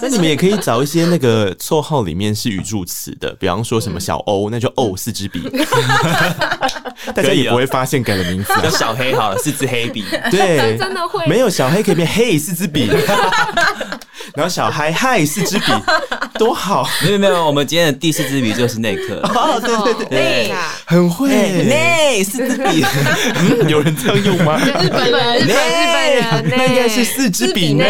那你们也可以找一些那个绰号里面是语助词的，比方说什么小 欧，那就欧四支笔，大家也不会发现改了名字啊。叫小黑好了，四支黑笔。对，真的会没有小黑可以变黑四支 笔，然后小嗨嗨四支笔，多好！没有没有，我们今天的第四支笔就是内克。哦，对对对，对，哎很会。哎哎内四支笔，嗯有人这样用吗？日本人，日本日本人呢，那应该是四支笔呢。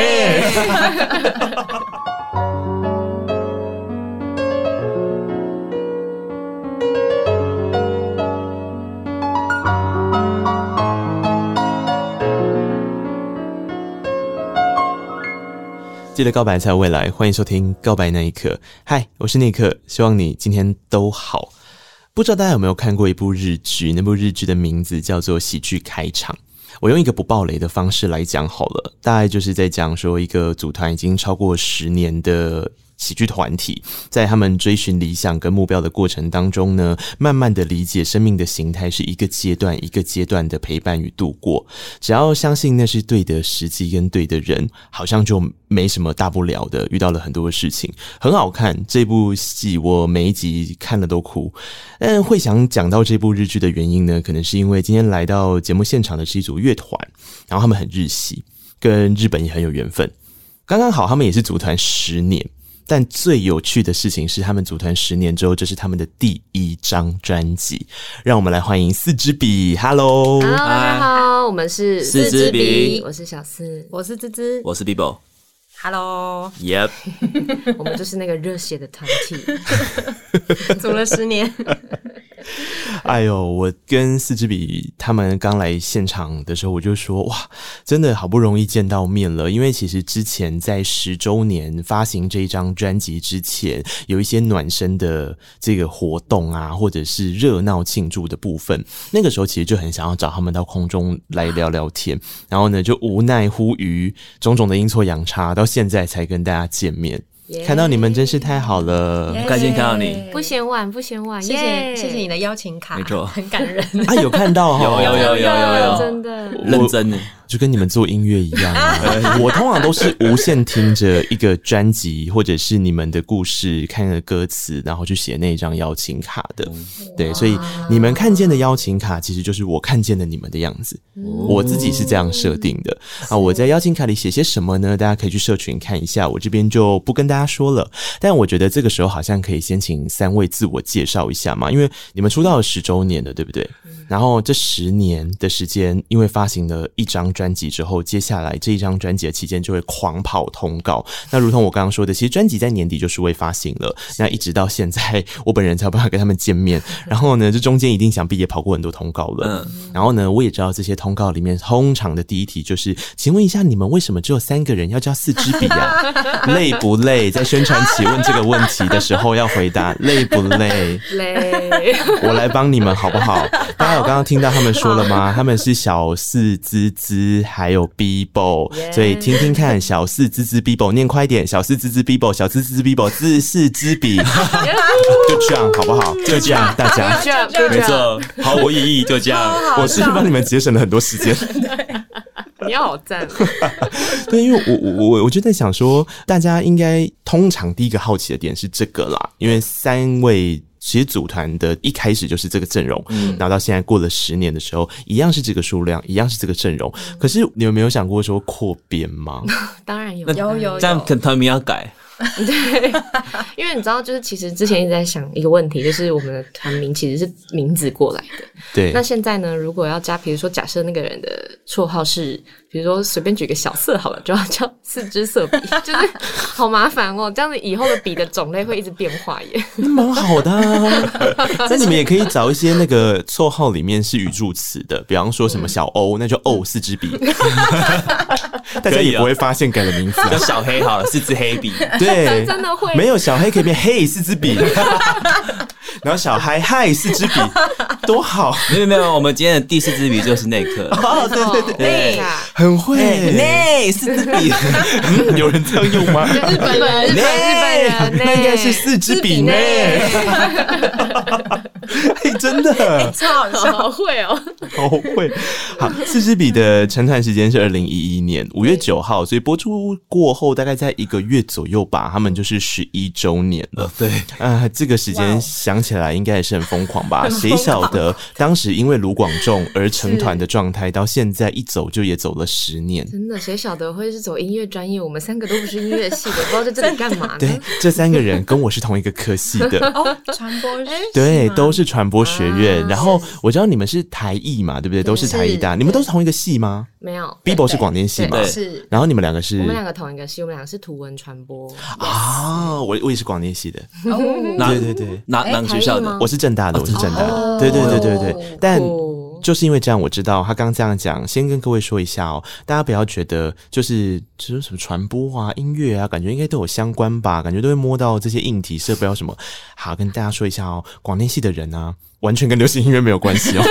记得告白才有未来，欢迎收听《告白那一刻》。嗨，我是尼克，希望你今天都好。不知道大家有没有看过一部日剧？那部日剧的名字叫做《喜剧开场》。我用一个不暴雷的方式来讲好了，大概就是在讲说一个组团已经超过十年的喜剧团体，在他们追寻理想跟目标的过程当中呢，慢慢的理解生命的形态是一个阶段一个阶段的陪伴与度过。只要相信那是对的时机跟对的人，好像就没什么大不了的。遇到了很多的事情，很好看。这部戏我每一集看了都哭，但会想讲到这部日剧的原因呢，可能是因为今天来到节目现场的是一组乐团，然后他们很日系，跟日本也很有缘分。刚刚好，他们也是组团十年。但最有趣的事情是，他们组团十年之后，这是他们的第一张专辑。让我们来欢迎四支笔，Hello， Hello，大家好，我们是四支笔我是小四，我是芝芝我是 Bibo。 ，Hello， Yep，我们就是那个热血的团体。 组了十年，哎呦，我跟四支笔他们刚来现场的时候，我就说哇，真的好不容易见到面了。因为其实之前在十周年发行这一张专辑之前，有一些暖身的这个活动啊，或者是热闹庆祝的部分，那个时候其实就很想要找他们到空中来聊聊天。 然后呢，就无奈乎于种种的阴错阳差，到现在才跟大家见面。看到你们真是太好了。很开心看到你。 不嫌晚，不嫌晚，谢耶谢谢谢你的邀请卡，没错很感人。啊，有看到哈，有有有有有真 的。有，认真呢。就跟你们做音乐一样、啊，我通常都是无限听着一个专辑，或者是你们的故事，看着歌词，然后去写那张邀请卡的。对，所以你们看见的邀请卡，其实就是我看见的你们的样子。我自己是这样设定的啊。我在邀请卡里写些什么呢？大家可以去社群看一下，我这边就不跟大家说了。但我觉得这个时候好像可以先请三位自我介绍一下嘛，因为你们出道了十周年了，对不对？然后这十年的时间，因为发行了一张专辑之后，接下来这一张专辑的期间就会狂跑通告。那如同我刚刚说的，其实专辑在年底就是会发行了，那一直到现在，我本人才有办法跟他们见面。然后呢，这中间一定想必也跑过很多通告了。嗯，然后呢，我也知道这些通告里面通常的第一题就是，请问一下你们为什么只有三个人要叫四支笔啊？ 累不累？在宣传期问这个问题的时候要回答 累不累？ 嘞，我来帮你们好不好？大家有刚刚听到他们说了吗？他们是小四滋滋，还有 Bibo，所以听听看小四滋滋 Bibo 念快一点，小四滋滋 Bibo，小四滋滋 Bibo 自是之笔， 就这样好不好？就这样，大家没错，毫无意义，就这样。我是帮你们节省了很多时间。你好 赞，对，因为我我我我就在想说，大家应该通常第一个好奇的点是这个啦，因为三位。其实组团的一开始就是这个阵容，然后到现在过了十年的时候，一样是这个数量，一样是这个阵容。可是你有没有想过说扩编吗？当然有那，有有这样可能团名要改。因为你知道，就是其实之前一直在想一个问题，就是我们的团名其实是名字过来的。对那，现在呢，如果要加，比如说假设那个人的绰号是，比如说随便举个小色好了，就要叫四支色 笔，就是好麻烦哦。这样子以后的笔的种类会一直变化耶。那蛮好的、啊。那你们也可以找一些那个绰号里面是语助词的，比方说什么小欧，那就欧四支笔，大家可以也哦不会发现改的名字、叫啊。小黑好了，是支黑笔， 对，真的会没有小黑可以变黑四支 笔，然后小嗨嗨四支笔，多 好！没有没有，我们今天的第四支笔就是那颗，哦，对 对对，对对，啊很会。哎那哎四支笔，嗯有人这样用 吗？日本人，日本日本人呢，那应该是四支笔呢。哎，真哎的超好笑。，好会哦，好会。好，四支笔的成团时间是二零一一年五月九号，所以播出过后大概在一个月左右吧，他们就是十一周年了。对，啊、这个时间想起来应该也是很疯狂吧？谁晓得当时因为卢广仲而成团的状态，到现在一走就也走了十年。真的，谁晓得会是走音乐专业？我们三个都不是音乐系的，不知道在这里干嘛呢对？，这三个人跟我是同一个科系的哦，传播是对，吗都是传播学院。然后我知道你们是台艺嘛，对不对？都是台艺大，你们都是同一个系吗没有， ？Bibo 是广电系嘛对？是然后你们两个是我们两个同一个系，我们两个是图文传播，啊，我我也是广电系的，哪对对对，哪哎哪个学校台艺吗的？我是正大的，我是正大的，哦对对对对对，但。酷就是因为这样，我知道他刚刚这样讲，先跟各位说一下哦，大家不要觉得就是就是什么传播啊、音乐啊，感觉应该都有相关吧，感觉都会摸到这些硬体设备啊什么。好，跟大家说一下哦，广电系的人啊，完全跟流行音乐没有关系 哦，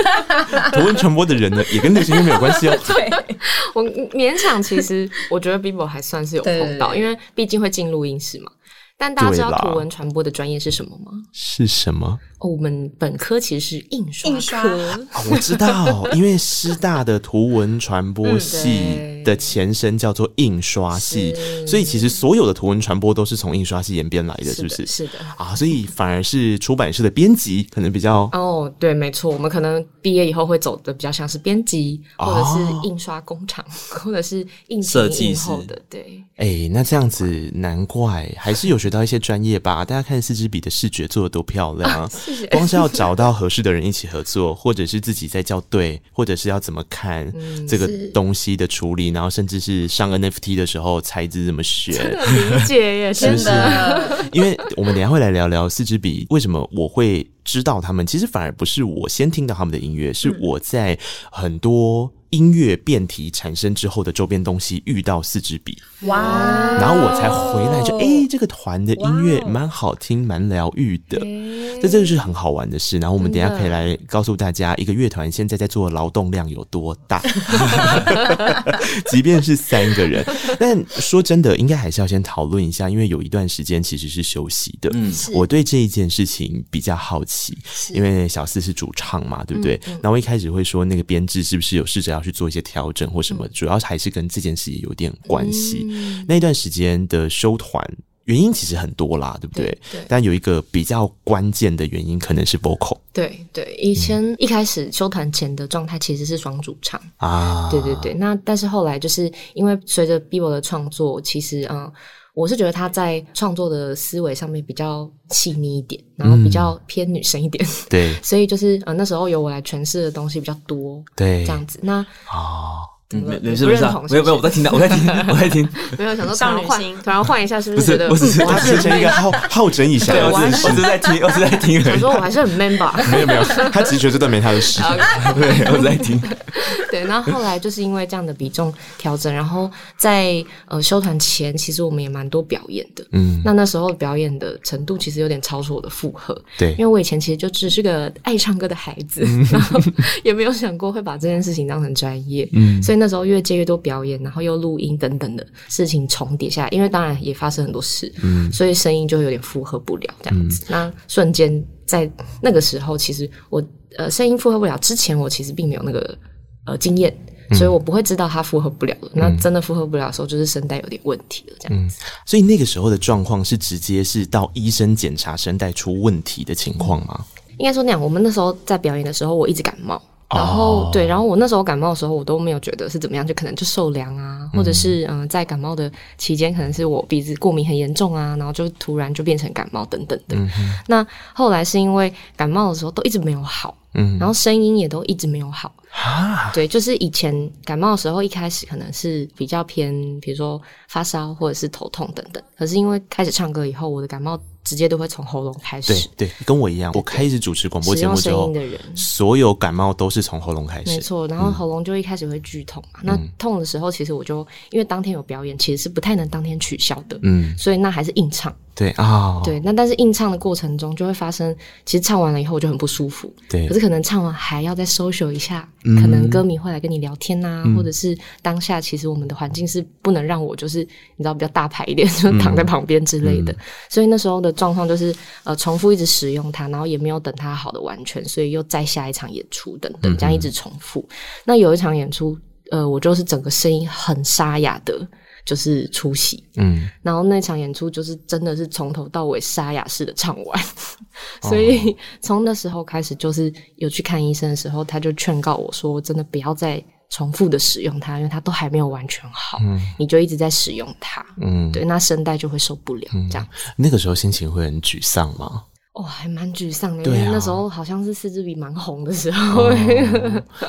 图文传播的人呢，也跟流行音乐没有关系 哦。 我勉强其实我觉得 Bibo 还算是有碰到，对因为毕竟会进录音室嘛。但大家知道对啦图文传播的专业是什么吗？是什么哦，我们本科其实是印刷印刷科，啊、我知道，因为师大的图文传播系对的前身叫做印刷系，是所以其实所有的图文传播都是从印刷系演变来的，嗯是不的，是的。啊，所以反而是出版社的编辑可能比较哦，对，没错，我们可能毕业以后会走的比较像是编辑，哦或者是印刷工厂， 或者是印设计前印师后的，对，哎、那这样子难怪还是有学到一些专业吧。大家看四支笔的视觉做的多漂亮啊！谢哎谢。 光是要找到合适的人一起合作，或者是自己在校对，或者是要怎么看这个东西的处理，然后甚至是上 NFT 的时候材质怎么选，理解 耶，是不真是的，？因为我们等一下会来聊聊四支笔，为什么我会知道他们？其实反而不是我先听到他们的音乐，是我在很多音乐辩题产生之后的周边东西遇到四支笔，哇然后我才回来就诶，这个团的音乐哇哦蛮好听，蛮疗愈的。这这个是很好玩的事，然后我们等一下可以来告诉大家，一个乐团现在在做的劳动量有多大。 即便是三个人，但说真的，应该还是要先讨论一下，因为有一段时间其实是休息的。嗯，我对这一件事情比较好奇，因为小四是主唱嘛，对不对？嗯那我一开始会说那个编制是不是有试着要去做一些调整或什嗯么，主要还是跟这件事情有点关系。那一段时间的休团。原因其实很多啦，对不对？对对但有一个比较关键的原因，可能是 vocal 对对，以前一开始修团前的状态其实是双主唱，啊，对对，对，那但是后来就是因为随着 Bibo 的创作，其实嗯，我是觉得他在创作的思维上面比较细腻一点，然后比较偏女生一点， 对所以就是呃那时候由我来诠释的东西比较多，对这样子。那啊，嗯没没不事没事认啊同，是没有不没有，是我在听到，我在听，我在听， 没有想说突少然女心换，突然换一下，是不不是觉是得嗯我只是他我只变是成一个好好整以暇对，我的只是我只是姿势。在听，我只是在听而想已，说我还是很 man 吧？ 没有没有，他只是觉得这段没他的事。对，我只是在听，对，然后后来就是因为这样的比重调整，然后在呃休团前，其实我们也蛮多表演的。嗯，那那时候表演的程度其实有点超出我的负荷，对因为我以前其实就只是个爱唱歌的孩子，然后 也没有想过会把这件事情当成专业，嗯，所以那时候越接越多表演，然后又录音等等的事情重叠下来，因为当然也发生很多事，嗯，所以声音就有点负荷不了这样子。那瞬间在那个时候，其实我呃声音负荷不了之前，我其实并没有那个呃经验。所以我不会知道它负荷不了了。那真的负荷不了的时候，就是声带有点问题了，这样子。所以那个时候的状况是直接是到医生检查声带出问题的情况吗？应该说那样，我们那时候在表演的时候，我一直感冒。然后、哦对，然后我那时候感冒的时候，我都没有觉得是怎么样，就可能就受凉啊，或者是嗯、呃在感冒的期间，可能是我鼻子过敏很严重啊，然后就突然就变成感冒等等的。嗯那后来是因为感冒的时候都一直没有好，嗯然后声音也都一直没有好，啊，对，就是以前感冒的时候，一开始可能是比较偏，比如说发烧或者是头痛等等。可是因为开始唱歌以后，我的感冒直接都会从喉咙开对始，对，跟我一样，我开始主持广播使节用目之声后音，的人。所有感冒都是嗯从喉咙开没始。错，然后喉咙就一开始会剧痛嘛、那痛的时候，其实我就因为当天有表演，其实是不太能当天取消的，嗯，所以那还是硬唱。对啊，对，那但是硬唱的过程中就会发生，其实唱完了以后我就很不舒服。对可是可能唱完还要再 social 一下，可能歌迷会来跟你聊天呐、或者是当下其实我们的环境是不能让我就是你知道比较大牌一点， 就躺在旁边之类的。所以那时候的状况就是呃重复一直使用它，然后也没有等它好的完全，所以又再下一场演出等等，这样一直重复。那有一场演出，呃，我就是整个声音很沙哑的，就是出席。嗯，然后那场演出就是真的是从头到尾沙哑式的唱完， 所哦以从那时候开始，就是有去看医生的时候，他就劝告我说，真的不要再重复的使用它，因为它都还没有完全好，你就一直在使用它，嗯，对，那声带就会受不了，这样那个时候心情会很沮丧 吗？哦，还蛮沮丧的，因对啊为那时候好像是四支笔蛮红的时候，哦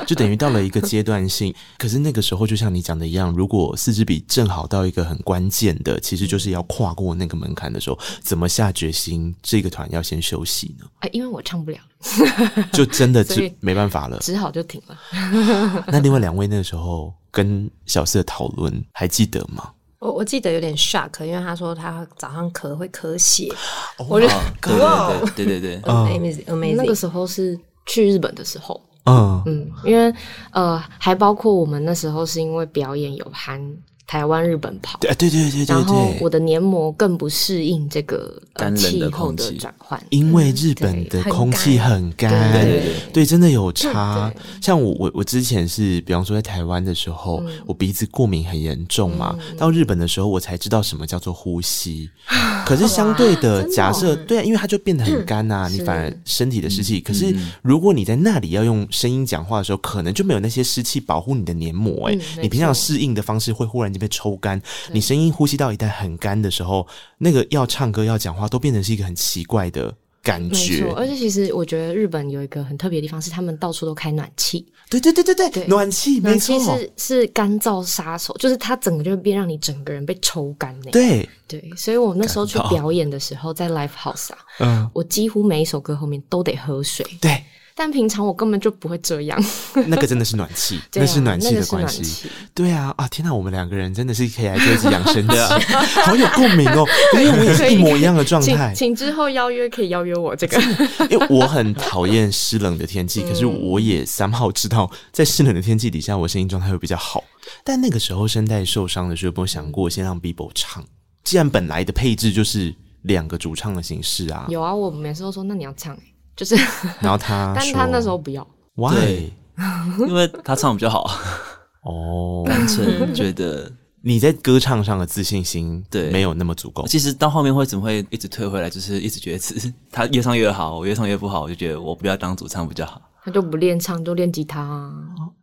就等于到了一个阶段性。 可是那个时候，就像你讲的一样，如果四支笔正好到一个很关键的，其实就是要跨过那个门槛的时候，怎么下决心这个团要先休息 呢？哎，因为我唱不了，就真的所就以没办 法了。只好就停了。那另外两位那个时候跟小四的讨论还记得吗？我我记得有点 shock，因为他说他早上咳会咳血，我我就哦对哇对对 对对，哦 amazing 那个 amazing，时候是去日本的时候，嗯嗯，因为呃，还包括我们那时候是因为表演有含台湾、日本跑，对啊对对对对然后我对，的黏膜更不适应这个、呃、干冷气的候空的气转换。因为日本的对很空气很干，对对对对真的有差。像我我我之前是，比方说在台湾的时候，嗯我鼻子过敏很严重嘛，到日本的时候我才知道什么叫做呼 吸。可是相对的，真的哦嗯假设对啊，因为它就变得很干呐，你是反而身体的湿嗯气。可是如果你在那里要用声音讲话的时候，可能就没有那些湿气保护你的黏膜，哎嗯，你平常没错适应的方式会忽然间被抽干，你声音呼吸道一旦很干的时候，那个要唱歌要讲话都变成是一个很奇怪的感没觉错，。而且其实我觉得日本有一个很特别的地方是，他们到处都开暖气，对对对对对，对暖气没暖气错，是是干燥杀手，就是它整个就会变让你整个人被抽干呢。对，对，所以我那时候去干燥表演的时候，在 live house 啊，嗯，我几乎每一首歌后面都得喝水，对，但平常我根本就不会这样。那个真的是暖气， 对那啊是暖气那的个是关暖系气。对啊，啊，天哪，我们两个人真的是可以来做一集养生 期，好有共鸣哦，因为我也是一模一样的状态请。 请之后邀约可以邀约我这个，因为我很讨厌湿冷的天气，可是我嗯也三号知道，在湿冷的天气底下，我声音状态会比较好。但那个时候声带受伤的时候，有没有想过先让 Bibo 唱？既然本来的配置就是两个主唱的形式啊， 有啊，我每次都说那你要唱、欸，就是，然后他 但啊说，他那时候不要， why 对因为他唱比较好，哦，单纯觉得。你在歌唱上的自信心对没有那么足够。其实到后面为什么会一直退回来，就是一直觉得自己他越唱越好，我越唱越不好，我就觉得我不要当主唱比较好。他就不练唱，就练吉他、啊，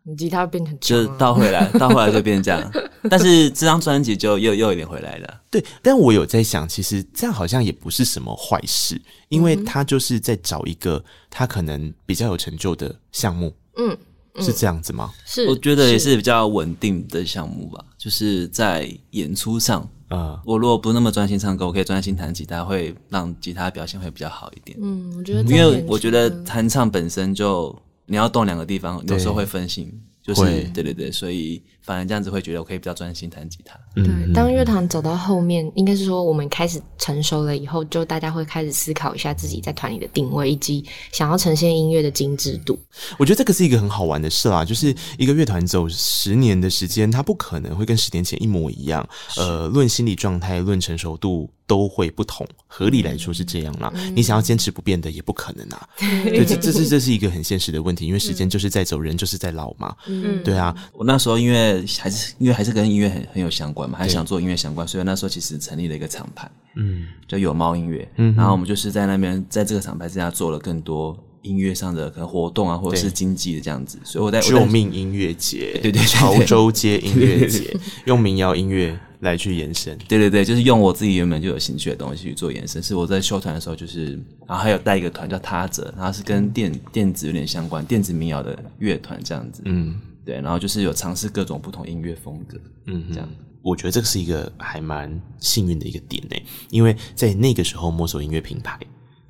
你吉他变成强、就啊，是到回来，到后来就变这样。但是这张专辑就又又有点回来了，对，但我有在想，其实这样好像也不是什么坏事，因嗯为他就是在找一个他可能比较有成就的项目，嗯，是这样子吗？是，我觉得也是比较稳定的项目吧。就是在演出上，呃，我如果不那么专心唱歌，我可以专心弹吉他，会让吉他表现会比较好一点。嗯，我觉得在因为演我出觉得呢弹唱本身就你要动两个地方，有时候会分心，就是会对对对，所以反而这样子会觉得我可以比较专心弹吉他。嗯对，当乐团走到后面，应该是说我们开始成熟了以后，就大家会开始思考一下自己在团里的定位，以及想要呈现音乐的精致度。我觉得这个是一个很好玩的事啦，啊就是一个乐团走十年的时间，它不可能会跟十年前一模一样。呃，论心理状态、论成熟度都会不同，合理来说是这样啦。你想要坚持不变的也不可能啊。对，这这是这是一个很现实的问题，因为时间就是在走，人就是在老嘛。嗯对啊，我那时候因为还是因为还是跟音乐很很有相关嘛，还对想做音乐相关，所以那时候其实成立了一个厂牌嗯，叫有猫音乐，嗯哼然后我们就是在那边在这个厂牌之下做了更多音乐上的可能活动啊，或者对是经济的这样子，所以我在我在救命音乐节，对对对对潮州街音乐节，用民谣音乐来去延伸。对对对，就是用我自己原本就有兴趣的东西去做延伸。是我在修团的时候，就是然后还有带一个团叫他者，然后是跟电电子有点相关，电子民谣的乐团这样子。嗯对，然后就是有尝试各种不同音乐风格。嗯哼，这样我觉得这个是一个还蛮幸运的一个点呢，因为在那个时候摸索音乐品牌。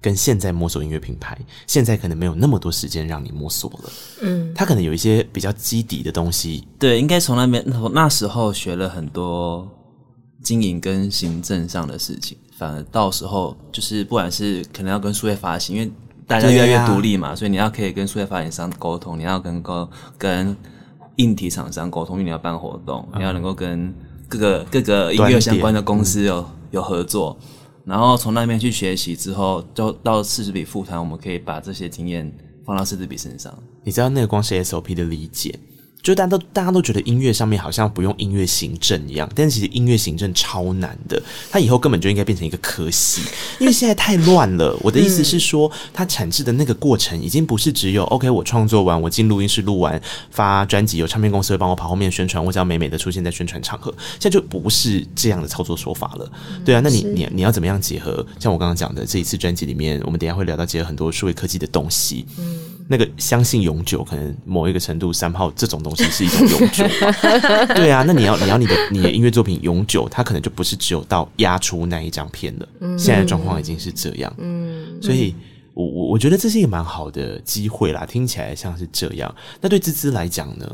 跟现在摸索音乐品牌，现在可能没有那么多时间让你摸索了。嗯，它可能有一些比较基底的东西，对，应该从那边从那时候学了很多经营跟行政上的事情，反而到时候就是不管是可能要跟数位发行，因为大家对越来越啊独立嘛，所以你要可以跟数位发行商沟通，你要跟沟跟硬体厂商沟通，因为你要办活动，你要能够跟各个各个音端乐点相关的公司嗯有有合作。然后从那边去学习之后，就到四十比复谈，我们可以把这些经验放到四十比身上。你知道那个光是 SOP 的理解，就大家都大家都觉得音乐上面好像不用音乐行政一样，但其实音乐行政超难的，它以后根本就应该变成一个科系，因为现在太乱了。我的意思是说，它产制的那个过程已经不是只有 OK，我创作完，我进录音室录完，发专辑，有唱片公司会帮我跑后面宣传，我只要美美的出现在宣传场合，现在就不是这样的操作手法了。对啊，那你你你要怎么样结合？像我刚刚讲的，这一次专辑里面，我们等一下会聊到结合很多数位科技的东西。那个相信永久，可能某一个程度，三号这种东西是一种永 久吧。对啊，那你要你要你的你的音乐作品永久，它可能就不是只有到压出那一张片了。嗯现在的状况已经是这样，嗯，所以我我我觉得这是一个蛮好的机会啦，听起来像是这样。那对芝芝来讲呢？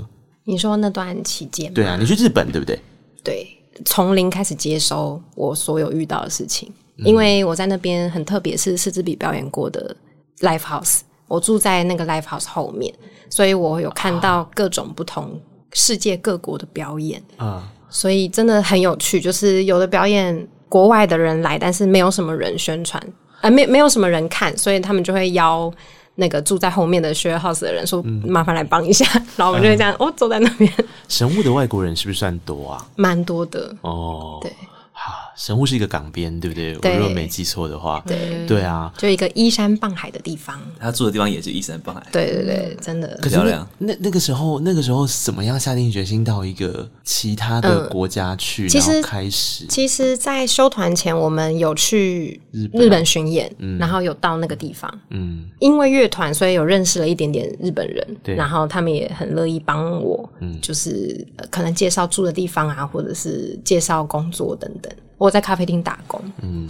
你说那段期间吗，对啊，你去日本对不对？对，从零开始接收我所有遇到的事情，因为我在那边很特别，是四支笔表演过的 live house，我住在那个 live house 后面，所以我有看到各种不同世界各国的表演，啊，所以真的很有趣。就是有的表演国外的人来，但是没有什么人宣传，呃，没没有什么人看，所以他们就会邀。那个住在后面的 share house 的人说：“麻烦来帮一下。然后我们就会这样，哦，坐在那边，神户的外国人是不是算多啊？蛮多的。哦，对啊，神户是一个港边，对不对？对我如果没记错的话，对对啊，就一个依山傍海的地方。他住的地方也是依山傍海，对对对，啊真的嗯可是漂那亮那那个时候，那个时候怎么样下定决心到一个其他的国家去，呃其然后实开始其实，在修团前，我们有去日本日本巡演，然后有到那个地方。嗯因为乐团，所以有认识了一点点日本人，对嗯然后他们也很乐意帮我，就是、呃可能介绍住的地方啊，或者是介绍工作等等。我在咖啡厅打 工，嗯。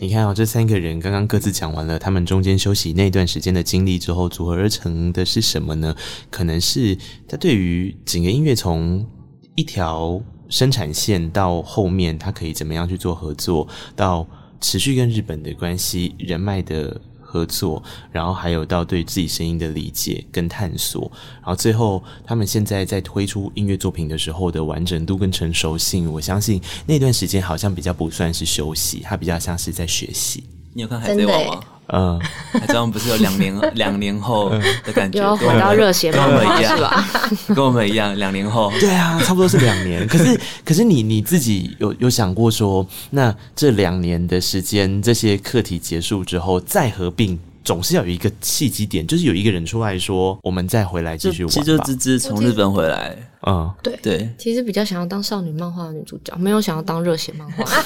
你看哦，这三个人刚刚各自讲完了他们中间休息那段时间的经历之后，组合而成的是什么呢？可能是他对于整个音乐从一条生产线到后面，他可以怎么样去做合作，到持续跟日本的关系、人脉的合作，然后还有到对自己声音的理解跟探索，然后最后他们现在在推出音乐作品的时候的完整度跟成熟性，我相信那段时间好像比较不算是休息，它比较像是在学习。你有看《海贼王》真的吗欸？呃嗯，海贼王不是有两年 两年后的感觉，又跟我回们到热血跟漫我画们一是样，吧？ 跟我们一样，两年后。对啊，差不多是两 年。可是，可是你你自己有有想过说，那这两年的时间，这些课题结束之后再合并，总是要有一个契机点，就是有一个人出来说，我们再回来继就续其玩实就吧芝。芝从日本回来，嗯，对，其实比较想要当少女漫画的女主角，没有想要当热血漫画。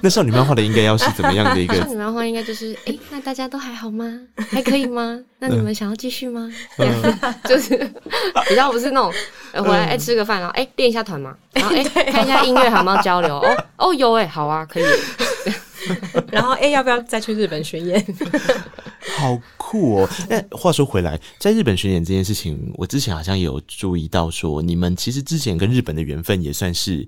那少女漫画的应该要是怎么样的一少个？女漫画应该就是，哎、那大家都还好吗？还可 以吗？那你们想要继续吗？这嗯样 就是比较不是那种、呃回来哎、吃个饭，然后哎练、一下 团嘛，然后哎、看一下音乐好吗？交流哦哦有哎、好啊 可以，然后哎、要不要再去日本巡演？好酷哦！那话说回来，在日本巡演这件事情，我之前好像有注意到说，你们其实之前跟日本的缘分也算是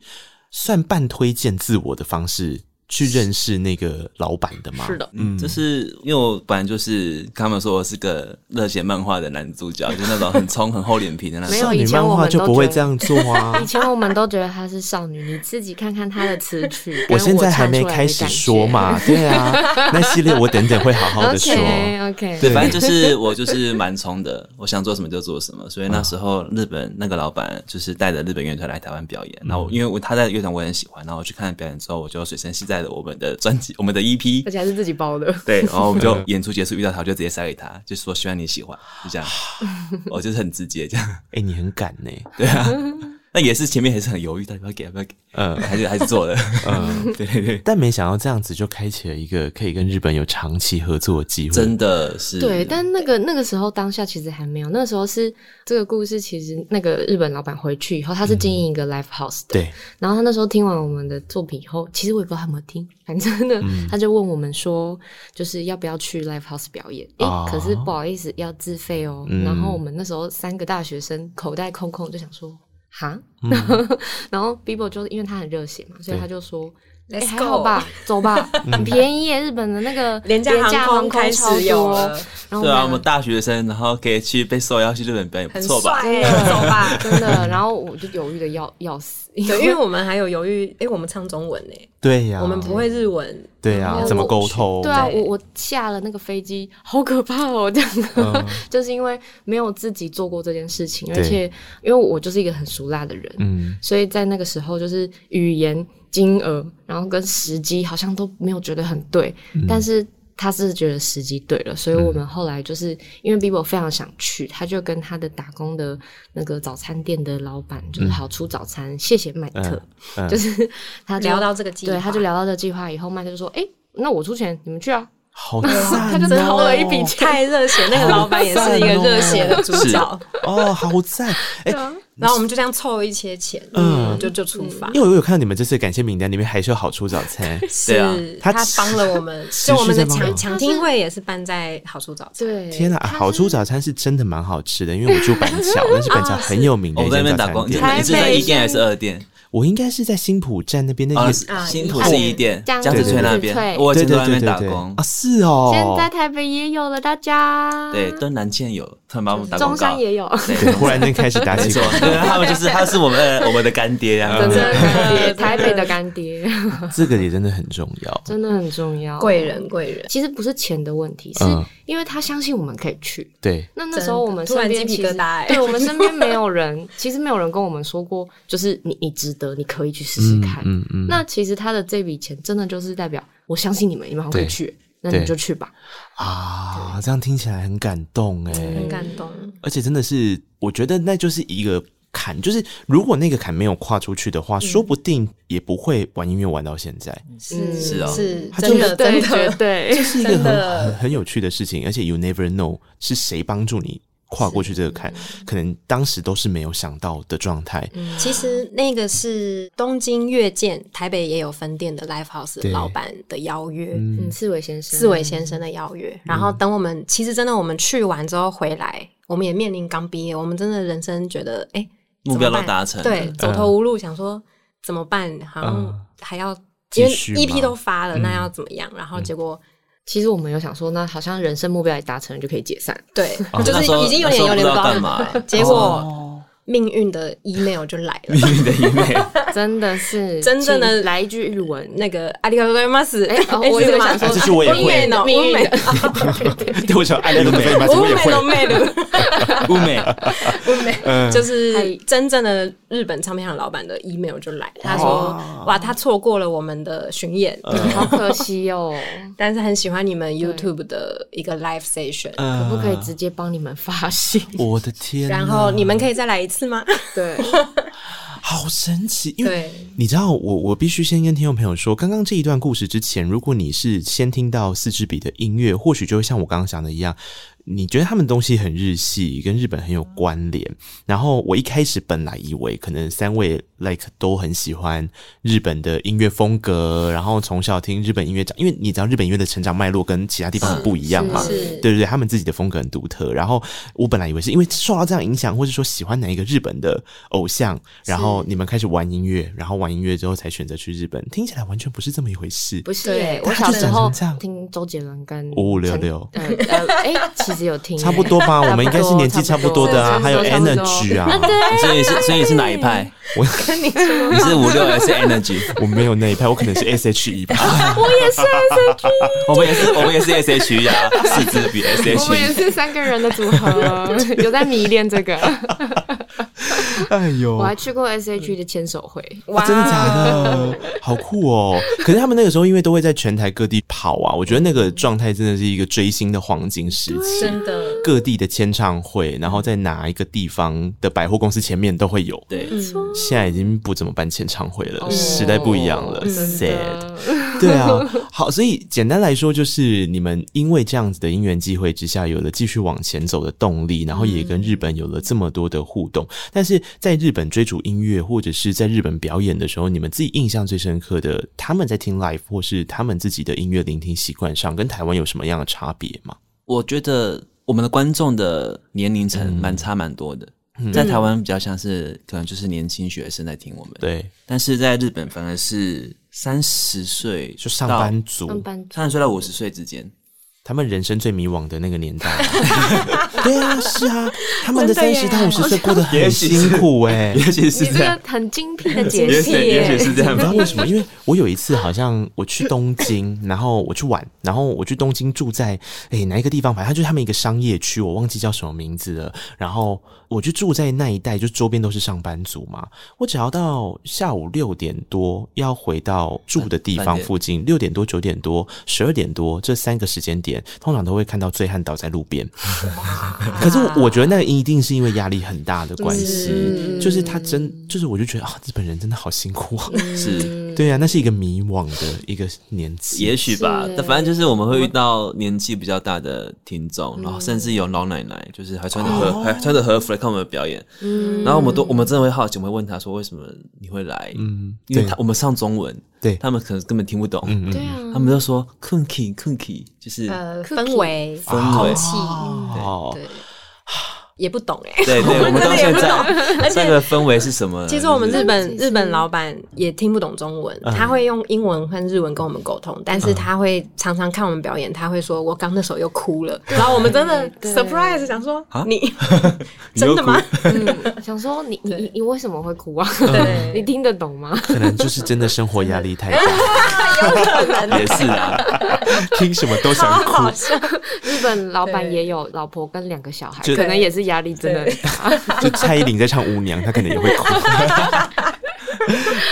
算半推荐自我的方式去认识那个老板的嘛。是的，嗯，就是因为我本来就是跟他们说我是个热血漫画的男主角，就那种很冲、很厚脸皮的那没种。有少女以前漫我画们就都不会觉得这样做啊 以。前我们都觉得她是少女，你自己看看她的词曲，跟 我现在还唱出没来的开始感觉说。嘛，对啊，那系列我等等会好好的说。 OK OK，对，反正就是我就是蛮冲的，我想做什么就做什么。所以那时候日本那个老板就是带着日本乐团来台湾表演，然嗯后我因为我他在乐团我也很喜欢，然后我去看表演之后，我就随身携带了我们的专辑、我们的 E EP，而且还是自己包的。 对，然后我们就演出结束遇到他，我就直接塞给他，就 哦说希望你喜欢，就这样。我就是很直接这样。哎、你很敢呢、对啊，那也是前面还是很犹豫，到底要不要给，要不要给，嗯还是还是做了。嗯， 对对对，但没想到这样子就开启了一个可以跟日本有长期合作的机会。真的是对，但那个那个时候当下其实还没有，那个时候是这个故事，其实那个日本老板回去以后，他是经营一个 live house 的，对，然后他那时候听完我们的作品以后，其实我也不知道他有没有听，反正呢，嗯他就问我们说，就是要不要去 live house 表演？诶，哦可是不好意思，要自费哦。嗯然后我们那时候三个大学生口袋空空，就想说。哈，嗯 然后 Bibo 就因为他很热血嘛，所以对他就说：“哎、 Let's 还好吧，走吧，嗯很便宜耶，日本的那个 廉价廉价航空空开超始有多了，然后对啊，两我个们大学生，然后可以去被受邀去日本表演，不很错吧？帅耶， 走吧。真的，然后我就犹豫的要要死，因 对，因为我们还有犹豫，哎，我们唱中文呢，对呀、我们不会日文，对呀、然后怎么我沟通？对啊，对我我下了那个飞机，好可怕哦，这样的， 就是因为没有自己做过这件事情，而嗯对且因为我就是一个很俗辣的人，嗯，所以在那个时候就是语言、金额，然后跟时机好像都没有觉得很对，但是。他是觉得时机对了，所以我们后来就是、因为 Bibo 非常想去，他就跟他的打工的那个早餐店的老板，就是好出早餐，谢谢麦特，嗯就是他就聊到这个计划，对，他就聊到这个计划以后，麦克就说：“哎、那我出钱，你们去啊。好赞、哦，他就掏了一笔钱太热血，那个老板也是一个热血的主角。哦，好 赞！哎、啊然后我们就这样凑了一些钱，嗯嗯，就就出发。哎因为我有看到你们这次的感谢名单里面还是有好处早 餐，对啊是他他帮了我们，就我们的抢抢听会也是办在好处早”餐。对，天哪、啊好处早餐是真的蛮好吃的，因为我住板 桥，但是板啊桥很有名的我一哦在那间边打早餐工，你店。们是在台北一店还是二店？我应该是在新浦站那边那啊个，新浦啊是一一店，江江子子翠那翠边，我以对前对都在那对边对打对工啊，。是哦，现在台北也有了，大家对，敦南县有，他们帮我们打广告。中山也有，对，对，忽然间开始打 没起错广，告对，他们就是他是我们呃我们的干爹啊。真嗯的干爹，嗯台北的干爹 这个也真的很重 要。真的很重要。贵人贵人，其实不是钱的问题，是嗯因为他相信我们可以去。对，那那时候我们真的身边突然鸡其皮实疙瘩哎对我们身边没有人， 其实没有人跟我们说过，就是你你值得，你可以去试试看。嗯嗯，那其实他的这笔钱真的就是代表我相信你们，你们好对会去，那你们对就去吧。啊，这样听起来很感动哎、嗯很感动。而且真的是，我觉得那就是一个坎，就是如果那个坎没有跨出去的话，说不定也不会玩音乐玩到现在。是是哦是他就真的真对，绝的，对。这是一个很真的很很有趣的事情，而且 you never know 是谁帮助你跨过去这个坎，可能当时都是没有想到的状态。其实那个是东京乐见，台北也有分店的 Live House 对老板的邀约，嗯，刺猬先生，四维先生的邀约。然嗯后等我们，其实真的我们去完之后回来，我们也面临刚毕业，我们真的人生觉得，哎，目标怎么办都达成了对，走嗯投无路，想说怎么办？好嗯像还要因继为续吗 EP 都发了，那要嗯怎么样？然后结果其实我们有想说，那好像人生目标也达成了，就可以解 散。对哦，就是那时候已经有那时点候有不点知道不知道干嘛欸 结果命运的 email 就来 了。你的 email 真的是，真正的请来一句日文。那个阿里嘎多ございます，哎哦我以为想说哎这句我 也会美的命运的对，我想哎爱那个美吧，我也会。美的乌美，嗯就是真正的日本唱片行老板的 email 就来了，他说哇，他错过了我们的巡演，嗯好可惜哦，但是很喜欢你们 YouTube 的一个 live session，嗯可不可以直接帮你们发 信？我的天哪！然后你们可以再来一次吗？对，好神奇， 因为对，你知道，我我必须先跟听众朋友说，刚刚这一段故事之前，如果你是先听到四支笔的音乐，或许就会像我刚刚讲的一样，你觉得他们东西很日系，跟日本很有关联。然后我一开始本来以为可能三位 like 都很喜欢日本的音乐风格，然后从小听日本音乐长，因为你知道日本音乐的成长脉络跟其他地方很不一样嘛，是是对对对，他们自己的风格很独特。然后我本来以为是因为受到这样影响，或是说喜欢哪一个日本的偶像，然后你们开始玩音乐，然后玩音乐之后才选择去日本，听起来完全不是这么一回事。不是对耶，他我小就时长候成这样听周杰伦跟5566陈呃呃，哎，其实有听，差不多吧，我们应该是年纪差 差不不多多的啊，还有差不多差不多 energy 啊，所以你是所以你是哪一派？我你是五六还是 Energy？ 我没有那一派，我可能 是 S H E 吧。我们也是我们也是 SHE 啊，四支笔我们也 SHE。是三个人的组 合，有在迷恋这个。哎呦 我还去过 S H E 的签手会，哇、哦真的假的？好酷哦！可是他们那个时候，因为都会在全台各地跑啊，我觉得那个状态真的是一个追星的黄金时期，真的。各地的签唱会，然后在哪一个地方的百货公司前面都会有。对，嗯现在已经不怎么办签唱会了，哦时代不一样了真的 ，sad。对啊，好，所以简单来说，就是你们因为这样子的因缘机会之下，有了继续往前走的动力，然后也跟日本有了这么多的互动。但是在日本追逐音乐，或者是在日本表演的时候，你们自己印象最深刻的，他们在听 live 或是他们自己的音乐聆听习惯上，跟台湾有什么样的差别吗？我觉得我们的观众的年龄嗯层蛮差蛮多的，在台湾比较像是可能就是年轻学生在听我们，，对，但是在日本反而是三十岁就上班到，族，上班族三十岁到五十岁之间， 他们人生最迷惘的那个年代、对啊，是啊，他们的真三的耶十到五十岁过得也很许是辛苦哎、也许是你这这样个，很精辟的解也析许也许耶，是这样你知 吧道。为什么？因为我有一次好像我去东京，然后我去玩，然后我去东京住在诶、哪一个地方，反正它就是他们一个商业区，我忘记叫什么名字了。然后我就住在那一带，就周边都是上班族嘛。我只要到下午六点多要回到住的地饭方店附近，六点多、九点多、十二点多这三个时间点，通常都会看到醉汉倒在路 边。可是我我觉得那个一定是因为压力很大的关嗯系，就是他真就是我就觉得啊，日本人真的好辛苦啊。是，对呀、啊，那是一个迷惘的一个年纪。也许吧是，但反正就是我们会遇到年纪比较大的听嗯众，然后甚至有老奶奶，就是还穿着和、哦还穿着和服来看我们的表演，嗯然后我们都我们真的会好奇，我们会问他说为什么你会来？嗯，因为对他我们上中文，对他们可能根本听不懂，嗯对嗯，啊，他们就说 “kunki kunki”，就是呃， Cookie 氛围、氛围空气，哦，对，也不懂哎、对 对，我们到现真的在而那且个氛围是什么？其实我们日本嗯日本老板也听不懂中文，他会用英文和日文跟我们沟通，但是他会常常看我们表演，他会说：“我刚那首又哭了。”然后我们真的对 surprise 想说啊：“你你又哭真的吗嗯想说你你你你为什么会哭啊？嗯对 你听得懂吗？可能就是真的生活压力太大，？” 也是啊， 听什么都想哭。日本老板对也有老婆跟两个小孩，就可能也是压力真的很 大。就蔡依林在唱《舞娘》，她可能也会哭。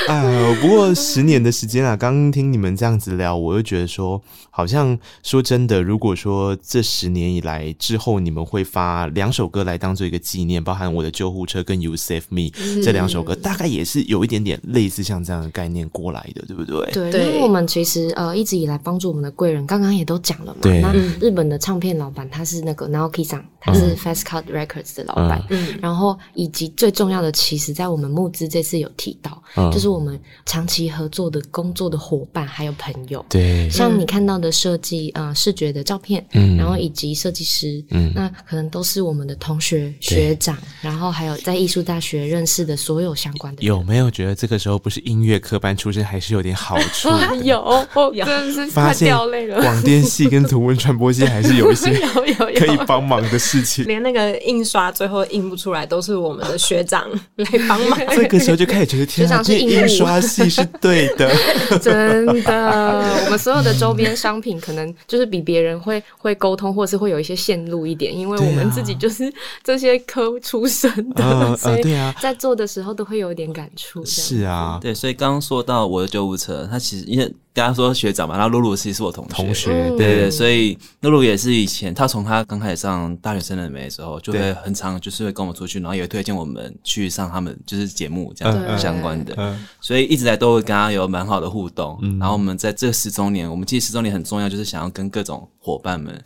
啊、不过十年的时间啊，刚刚听你们这样子聊，我又觉得说，好像说真的，如果说这十年以来之后，你们会发两首歌来当做一个纪念，包含我的救护车跟 You Save Me、这两首歌，大概也是有一点点类似像这样的概念过来的，对不对？对，对因为我们其实呃一直以来帮助我们的贵人，刚刚也都讲了嘛。对那嗯日本的唱片老板他是那个 Naoki 桑，他是 Fast Cut Records 的老板。嗯然后以及最重要的，其实在我们募资这次有提到，嗯就是我们长期合作的工作的伙伴还有朋友。对，像你看到的设计，呃，视觉的照片，嗯然后以及设计师，嗯那可能都是我们的同学、学长，然后还有在艺术大学认识的所有相关的人有没有觉得这个时候不是音乐科班出身，还是有点好处的？有，我真的是发快现掉泪了。广电系跟图文传播系还是有一些有有有可以帮忙的事 情。连那个印刷最后印不出来，都是我们的学长来帮忙。这个时候就开始觉得，天啊，长是这鹦鹉印刷系是对的。 真的，我们所有的周边商品可能就是比别人会 会沟通，或是会有一些线路一点，因为我对啊们自己就是这些科出身的，嗯 所呃以对啊在做的时候都会有一点感触。这样是啊，对，所以刚刚说到我的救护车，他其实因为大家说学长嘛，然后露露其实是我同学，同学对嗯对，对所以露露也是以前，她从她刚开始上大学生的美的时候，就对会很常就是会跟我们出去，然后也会推荐我们去上他们就是节目这嗯嗯样相关的，嗯所以一直来都会跟她有蛮好的互动。然后我们在这十周年，我们其实十周年很重要，就是想要跟各种伙伴们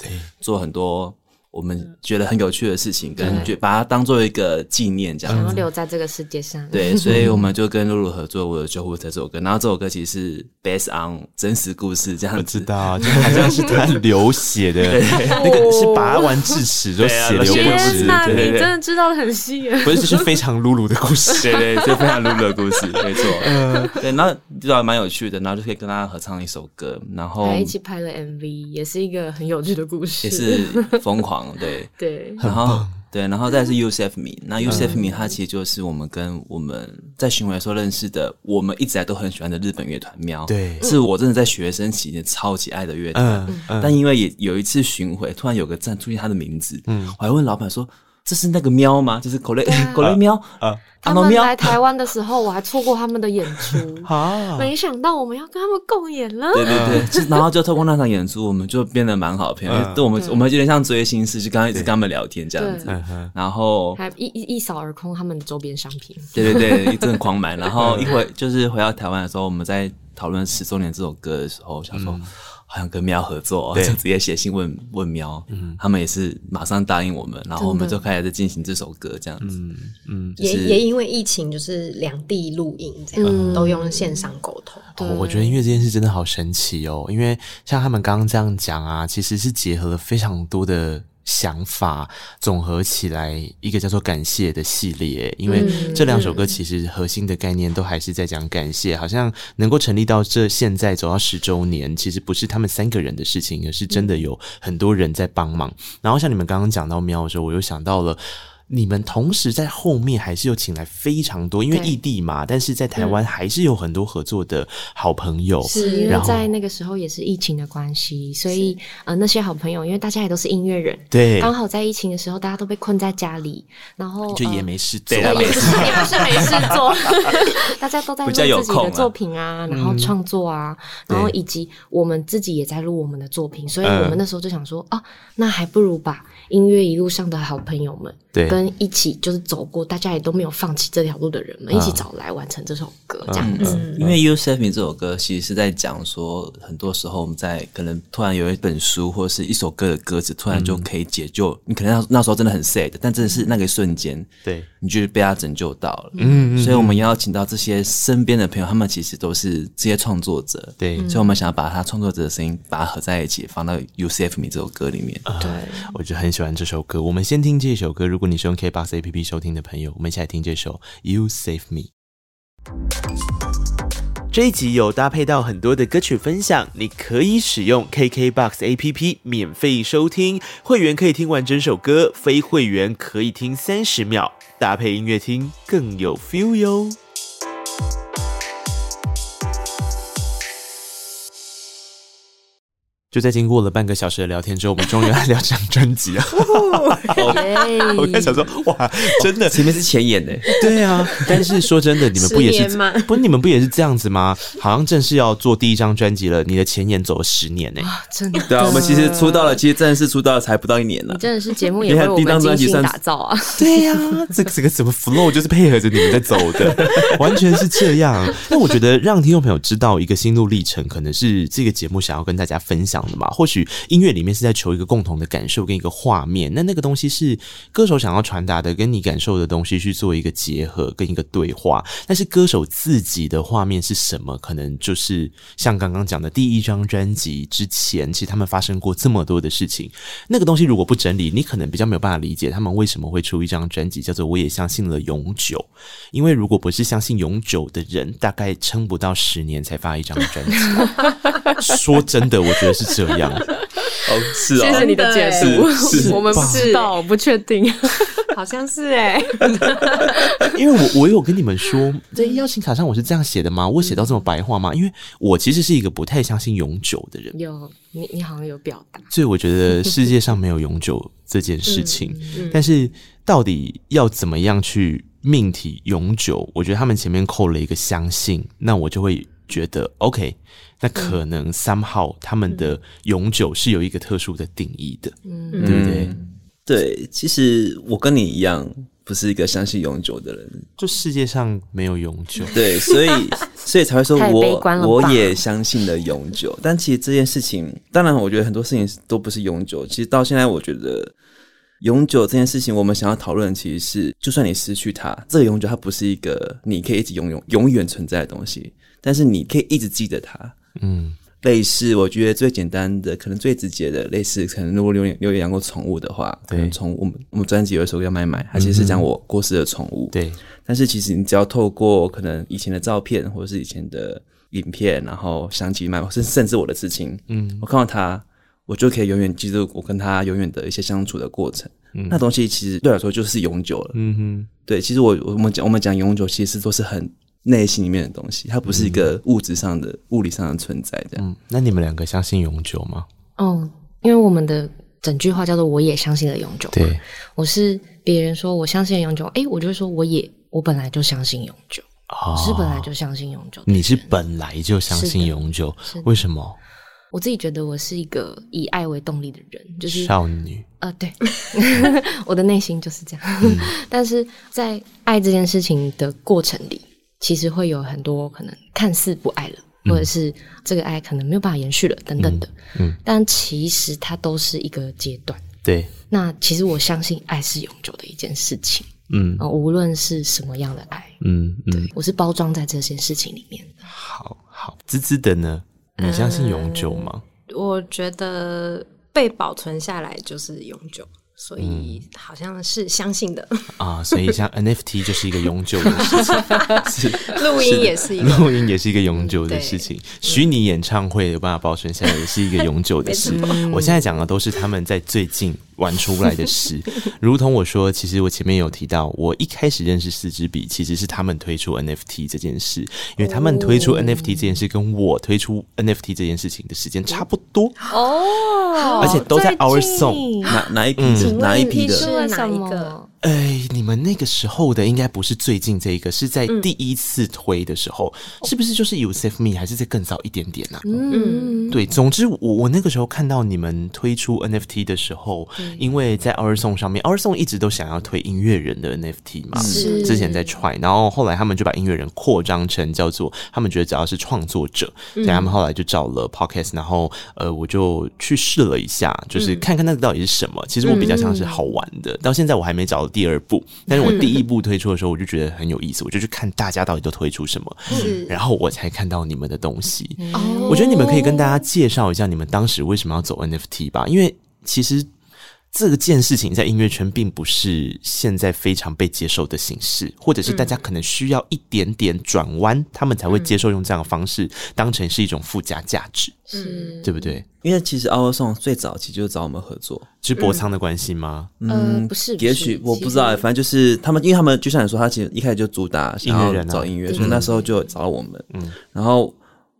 做很多我们觉得很有趣的事情，嗯跟觉把它当做一个纪念这样想子要。留在这个世界上， 对，所以我们就跟露露合作《我的救护车》这首歌，然后这首歌其实是 based on 真实故事这样我子，知道，就好像是他流血的那个是拔完智齿就对啊血流血不流止不止天，哪，对对你对真的知道的很细 啊耶。不是就是非常露露的故事。 对对，就非常 Lulu 的故事，没错。嗯对，然后就还蛮有趣的，然后就可以跟他合唱一首歌，然后哦还一起拍了 MV，也是一个很有趣的故事。也是 疯狂，对，对，然后对，然后再是 Usef Me，那 Usef 嗯 Me 它其实就是我们跟我们在巡回的时候认识的，我们一直来都很喜欢的日本乐团喵，对是我真的在学生期间超级爱的乐团，嗯嗯，嗯但因为也有一次巡回，突然有个站出现他的名字，我还问老板说。这是那个喵吗？就是狗类、啊狗类喵啊，阿他猫们喵来台湾的时候，我还错过他们的演出， 啊，没想到我们要跟他们共演了。对对对，就然后就透过那场演出，我们就变得蛮好的朋友。嗯对我们对我们有点像追星似的，就刚刚一直跟他们聊天这样子。对嗯哼，然后还一一一扫而空他们的周边商品，对对对，一阵狂买。然后嗯一会就是回到台湾的时候，我们在讨论《十周年》这首歌的时候，想嗯说好想跟喵合作、哦，对就直接写信问问喵，嗯他们也是马上答应我们，然后我们就开始在进行这首歌这样子。嗯嗯，就也是也因为疫情，就是两地录音这样，嗯都用线上沟通。哦我觉得音乐这件事真的好神奇哦，因为像他们刚刚这样讲啊，其实是结合了非常多的想法，总合起来一个叫做“感谢”的系列。因为嗯这两首歌其实核心的概念都还是在讲感谢，好像能够成立到这现在走到十周年，其实不是他们三个人的事情，而是真的有很多人在帮忙。然后像你们刚刚讲到喵的时候，我又想到了。你们同时在后面还是有请来非常多，因为对嗯异地嘛，但是在台湾还是有很多合作的好朋友。是因然为后在那个时候也是疫情的关系，所以呃那些好朋友，因为大家也都是音乐人，对，刚好在疫情的时候大家都被困在家里，然后就呃也 没事做对啊了没也不是也不是没事 做，大家都在录比较有自己空啊的作品啊，然后创作啊，对然后以及我们自己也在录我们的作品，所以嗯我们那时候就想说，啊，那还不如把音乐一路上的好朋友们，对跟一起就是走过，大家也都没有放弃这条路的人们，嗯一起找来完成这首歌，这样嗯，子。因为《You Save Me》这首歌其实是在讲说，很多时候我们在可能突然有一本书或者是一首歌的歌词，突然就可以解救、你。可能那那时候真的很 sad，但真的是那个瞬间，对，你就被他拯救到了。嗯所以我们邀请到这些身边的朋友，他们其实都是这些创作者，对所以我们想要把他创作者的声音把它合在一起，放到《You Save Me》这首歌里面。对，我就很喜欢这首歌。我们先听这首歌，如果你是用 KBox APP 收听的朋友，我们一起来听这首《You Save Me》。这一集有搭配到很多的歌曲分享，你可以使用 KKBOX APP 免费收听，会员可以听完整首歌，非会员可以听三十秒，搭配音乐听更有 feel 哟。就在经过了半个小时的聊天之后，我们终于来聊这张专辑 啊！哎我在想说，哇，真的前面是前 演的、 对啊，但是说真的，你们不也是十年吗不？你们不也是这样子吗？好像正式要做第一张专辑了，你的前演走了十年呢、欸啊真的，对啊，我们其实出道了，其实正式出道才不到一年呢你。 真的是节目你也看为我第一张们专精辑心算是打造啊，对呀、 这个这个什么 flow 就是配合着你们在走的， 完全是这样。那我觉得让听众朋友知道一个心路历程，可能是这个节目想要跟大家分享的嘛。或许音乐里面是在求一个共同的感受跟一个画面，那那个东西是歌手想要传达的，跟你感受的东西去做一个结合跟一个对话。但是歌手自己的画面是什么？可能就是像刚刚讲的第一张专辑之前，其实他们发生过这么多的事情，那个东西如果不整理，你可能比较没有办法理解他们为什么会出一张专辑叫做《我也相信了永久》，因为如果不是相信永久的人，大概撑不到十年才发一张专辑。说真的，我觉得是这样。哦，是谢谢你的解是是读，我们不知道，不确定。好像是哎、因为我我有跟你们说，在邀请卡上我是这样写的吗？我写到这么白话吗？因为我其实是一个不太相信永久的人， 有你，你好像有表达，所以我觉得世界上没有永久这件事情。嗯但是到底要怎么样去命题永久？我觉得他们前面扣了一个相信，那我就会觉得 OK，那可能嗯 somehow 他们的永久是有一个特殊的定义的。嗯，对不对对，其实我跟你一样，不是一个相信永久的人，就世界上没有永久，嗯对， 所以所以才会说太悲我观了吧我也相信了永久，但其实这件事情，当然我觉得很多事情都不是永久。其实到现在，我觉得永久这件事情，我们想要讨论的其实是，就算你失去它，这个永久它不是一个你可以一直永永永远存在的东西，但是你可以一直记得它。嗯，类似，我觉得最简单的，可能最直接的，类似，可能如果留言留言养过宠物的话，可对嗯能宠物我们我们专辑有一首歌叫《麦麦》，它其实是讲我过世的宠物。对，但是其实你只要透过可能以前的照片或者是以前的影片，然后想起麦，甚甚至我的事情，嗯，我看到他，我就可以永远记住我跟他永远的一些相处的过程。那东西其实对我来说就是永久了。嗯哼，对，其实我我们讲我们讲永久，其实都是很内心里面的东西，它不是一个物质上的、物理上的存在。这样，嗯，那你们两个相信永久吗？哦，因为我们的整句话叫做“我也相信了永久”。对，我是别人说我相信了永久，诶，我就会说我也我本来就相信永久，哦我是本来就相信永久的人。你是本来就相信永久，为什么？我自己觉得我是一个以爱为动力的人，就是少女，呃，对，我的内心就是这样。 但是在爱这件事情的过程里，其实会有很多可能看似不爱了，或者是这个爱可能没有办法延续了等等的。嗯嗯但其实它都是一个阶段。对，那其实我相信爱是永久的一件事情，嗯呃、无论是什么样的爱，嗯嗯，我是包装在这件事情里面的。好好，滋滋的呢？你相信永久吗？嗯我觉得被保存下来就是永久，所嗯以好像是相信 的。啊，所以像 NFT 就是一个永久 的事情，录音也 是一个，嗯录音也是一个永久的事情，虚拟演唱会有办法保存下来也是一个永久的事。我现在讲的都是他们在最近玩出来的 事，如同我说，其实我前面有提到，我一开始认识四支笔其实是他们推出 NFT 这件事，因为他们推哦出 NFT 这件事跟我推出 NFT 这件事情的时间差不多，哦而且都在 Our Song。哪哪一批的？哪一批是的？哪一个哪一个？哎，你们那个时候的应该不是最近这一个，是在第一次推的时候，是不是就是 You Save Me，还是再更早一点啊点呢、嗯，对，总之我我那个时候看到你们推出 NFT 的时候，因为在 Our Song 上面，Our Song 一直都想要推音乐人的 NFT 嘛，是之前在 try，然后后来他们就把音乐人扩张成叫做他们觉得只要是创作者，所以他们嗯后来就找了 Podcast，然后呃我就去试了一下，嗯就是看看那个到底是什么。其实我比较像是好玩的，到现在我还没找到第二部，但是我第一部推出的时候我就觉得很有意思，我就去看大家到底都推出什 么，嗯然后我才看到你们的东西。哦我觉得你们可以跟大家介绍一下你们当时为什么要走 NFT 吧，因为其实这件事情在音乐圈并不是现在非常被接受的形式，或者是大家可能需要一点点转弯，他们才会接受用这样的方式当成是一种附加价值，嗯是对不对？因为其实 Our Song 最早期就是找我们合作，是博仓的关系吗？呃，不是，也许不是我不知道，其实反正就是他们，因为他们就像你说，他其实一开始就主打想音乐要人啊找音乐，所以那时候就找到我们。嗯，然后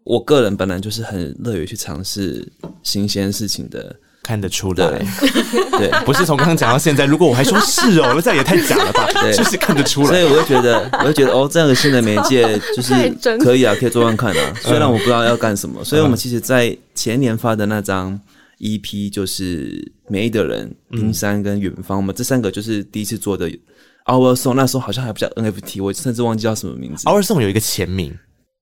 我个人本来就是很乐于去尝试新鲜事情的，看得出对来， 对，不是从刚刚讲到现在，如果我还说是哦，这样也太假了吧？ 对就是看得出所来以。我就觉得，我就觉得哦，这样的新的媒介 就是可以啊，可以做看看啊。嗯虽然我不知道要干什么，所以嗯我们其实在前年发的那张 EP 就是《美的人》、嗯《冰山》跟《远方》，我们这三个就是第一次做的 Our Song，那时候好像还不叫 NFT，我甚至忘记叫什么名字。 Our Song 有一个前名，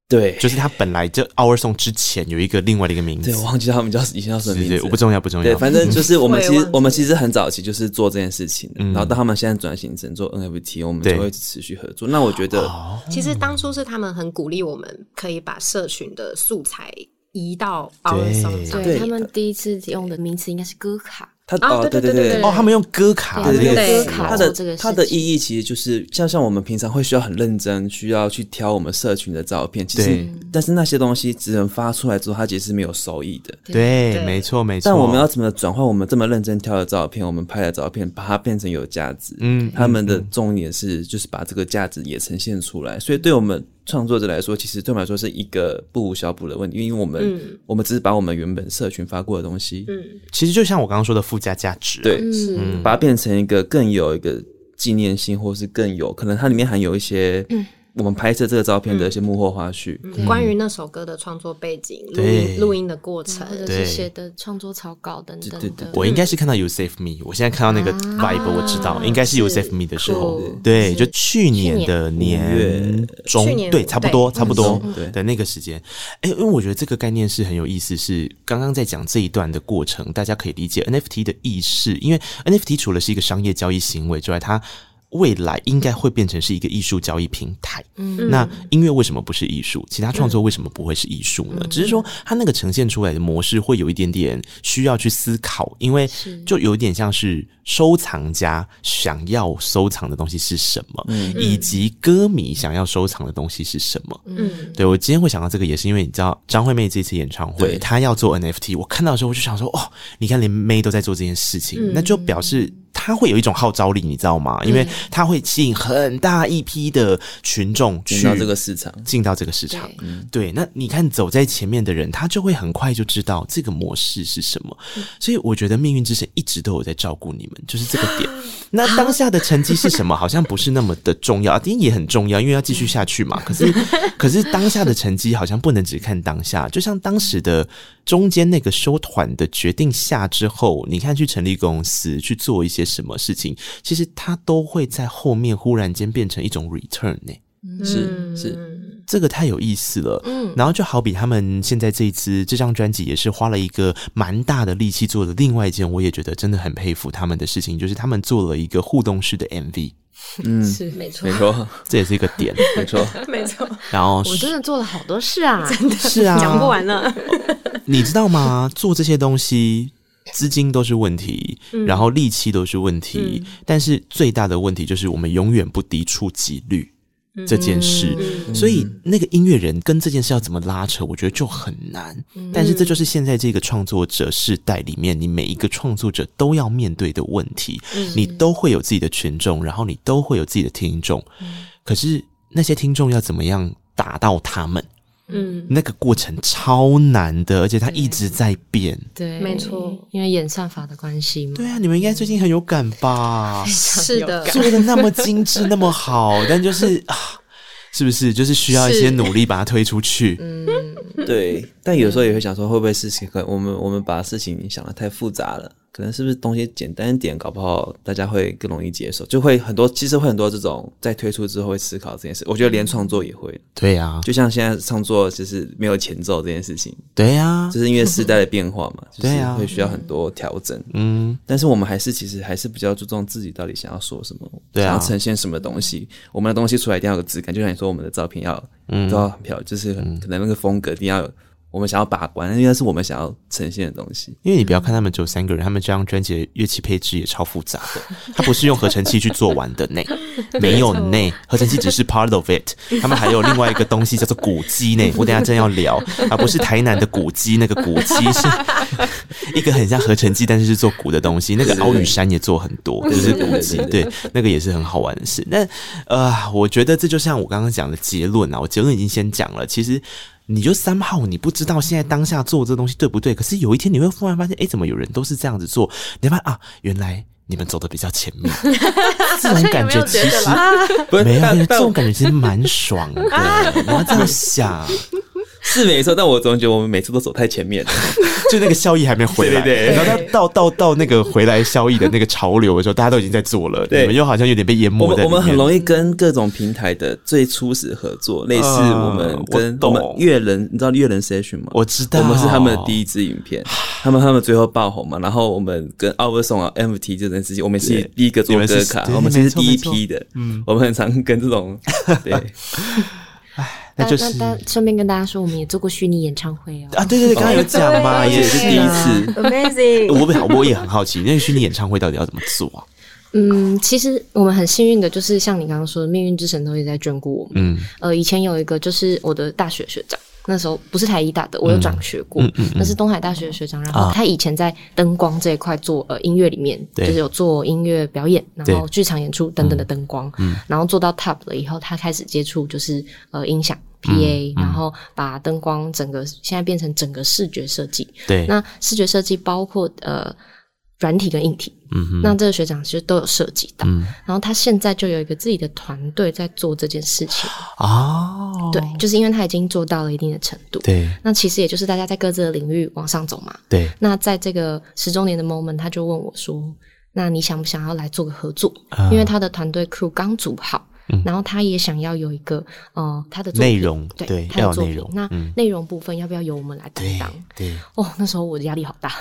对，就是他本来就 Our Song 之前有一个另外的一个名字对，我，忘记他们叫以前叫什么对名字对，了，我不重要，不重对，要。反正就是我们我也其忘实记我们其实很早期就是做这件事情的，然嗯后到他们现在转型成做 NFT，我们对哦就会持续合作。那我觉得，其实当初是他们很鼓励我们可以把社群的素材移到 Our Song 上对对他们第一次用的名词应该是歌卡，他啊哦，对对对对哦，他们用歌卡对这对个对词哦，歌卡它这的个事它的情意义其实就是像像我们平常会需要很认真，需要去挑我们社群的照片，其实对但是那些东西只能发出来之后，它其实是没有收益的。对，没错没错。但我们要怎么转换我们这么认真挑的照片，我们拍的照片，把它变成有价值？嗯他们的重点是就是把这个价值也呈现出来。所以对我们创作者来说，其实对我们来说是一个不无小补的问题，因为我们、嗯嗯我们只是把我们原本社群发过的东西，其实就像我刚刚说的附加价值，，啊对，是嗯把它变成一个更有一个纪念性，或是更有可能它里面含有一些嗯我们拍摄这个照片的一些幕后花絮。关于那首歌的创作背景、录对音录音的过程或，者对是写的创作草稿等等对对的。我应该是看到 You Save Me，我现在看到那个 vibe，我知道应该是 You 是 Save Me 的时候酷，对，是就去年的年中去，年对，差不多对差不多嗯对的那个时间。哎，因为我觉得这个概念是很有意思，是刚刚在讲这一段的过程，大家可以理解 NFT 的意识，因为 NFT 除了是一个商业交易行为之外，它未来应该会变成是一个艺术交易平台。那音乐为什么不是艺术？其他创作为什么不会是艺术呢？只是说它那个呈现出来的模式会有一点点需要去思考，因为就有点像是收藏家想要收藏的东西是什么，嗯以及歌迷想要收藏的东西是什么。嗯，对我今天会想到这个，也是因为你知道张惠妹这次演唱会，对她要做 NFT，我看到的时候我就想说，哦，你看连妹都在做这件事情，那就表示。它会有一种号召力，你知道吗？因为它会吸引很大一批的群众去进到这个市场，进到这个市场。对，那你看走在前面的人，他就会很快就知道这个模式是什么。所以我觉得命运之神一直都有在照顾你们，就是这个点。那当下的成绩是什么，好像不是那么的重要，啊当然也很重要，因为要继续下去嘛。可是，可是当下的成绩好像不能只看当下，就像当时的中间那个修团的决定下之后，你看去成立公司去做一些什么事情，其实它都会在后面忽然间变成一种 return 呢、是是，这个太有意思了。嗯然后就好比他们现在这一次这张专辑也是花了一个蛮大的力气做的另外一件，我也觉得真的很佩服他们的事情，就是他们做了一个互动式的 MV，嗯，是没错没错这也是一个 点。 没错，没错，然后我真的做了好多事啊， 是啊，讲不完了。你知道吗？做这些东西，资金都是问题，嗯然后力气都是问题，但是最大的问题就是我们永远不敌触及率。嗯这件事，所以那个音乐人跟这件事要怎么拉扯，我觉得就很难。但是这就是现在这个创作者世代里面，你每一个创作者都要面对的问题，你都会有自己的群众，然后你都会有自己的听众。可是那些听众要怎么样打到他们？嗯，那个过程超难的，而且它一直在变。对，没错，因为演算法的关系嘛。对啊，你们应该最近很有感吧？是的，做的那么精致，那么好，但就是啊，是不是就是需要一些是努力把它推出去？ 对。但有时候也会想说，会不会事情可能我们我们把事情想的太复杂了？可能是不是东西简单一点，搞不好大家会更容易接受，就会很多，其实会很多这种在推出之后会思考这件事。我觉得连创作也会，对啊，就像现在创作就是没有前奏这件事情，对啊，就是因为时代的变化嘛，就对是啊会需要很多调整。嗯，但是我们还是其实还是比较注重自己到底想要说什么，对啊想要呈现什么东西。我们的东西出来一定要有质感，就像你说我们的照片要、都要很漂亮，就是很可能那个风格一定要有。我们想要把关，因为那是我们想要呈现的东西。因为你不要看他们只有三个人，他们这张专辑的乐器配置也超复杂的，它不是用合成器去做完的呢， 没有呢，合成器只是 part of it，他们还有另外一个东西叫做鼓机呢，我等一下真要聊，啊，不是台南的鼓机，那个鼓机是 一个很像合成器，但是是做鼓的东西，那个奥羽山也做很多，就对是对对鼓机，对对对，那个也是很好玩的事。那呃，我觉得这就像我刚刚讲的结论啊，我结论已经先讲了，其实。你就三号，你不知道现在当下做这东西对不对，可是有一天你会忽然发现，哎、怎么有人都是这样子做？你会发现啊，原来你们走的比较前面，这种感觉其实不是没有，但这但种感觉其实蛮爽的。你要这样想，是没错，但我总觉得我们每次都走太前面 了。就那个效益还没回来，对对对然后到到到到那个回来效益的那个潮流的时候，大家都已经在做了，对你们又好像有点被淹我没们在里我们很面容易跟各种平台的最初始合作，类似我们跟嗯我我懂们乐人，你知道乐人 session 吗？我知道我们是他们的第一支影片，他们他们最后爆红嘛。然后我们跟 o v e r s o n 啊 MT 这件事情，我们是对第一个做你们是歌卡对，我们其实没错第一没错批的。嗯，我们很常跟这 种对那就是但但顺便跟大家说，我们也做过虚拟演唱会哦。啊，对对对，刚刚有讲嘛，对也是是第一啊。次。 Amazing，我也我也很好奇，那个虚拟演唱会到底要怎么做啊？嗯，其实我们很幸运的，就是像你刚刚说的，命运之神都一直在眷顾我们。嗯呃，以前有一个就是我的大学学长，那时候不是台医大的，我有转学嗯过，那是东海大学的学长。然后他以前在灯光这一块做呃音乐里面，啊对就是有做音乐表演，然对嗯后剧场演出等等的灯光，然后做到 top 了以后，他开始接触就是呃音响。P 嗯 A，、然后把灯光整个现在变成整个视觉设计，对，那视觉设计包括呃软体跟硬体，嗯那这个学长其实都有涉及到。然后他现在就有一个自己的团队在做这件事情，哦，对，就是因为他已经做到了一定的程度。对那其实也就是大家在各自的领域往上走嘛。对，那在这个十周年的 moment，他就问我说：“那你想不想要来做个合作？”啊因为他的团队 crew 刚组好，然后他也想要有一个呃他的作品嗯内容对对他要有的作内品容那嗯内容部分要不要由我们来担当？对。哦，那时候我的压力好 大。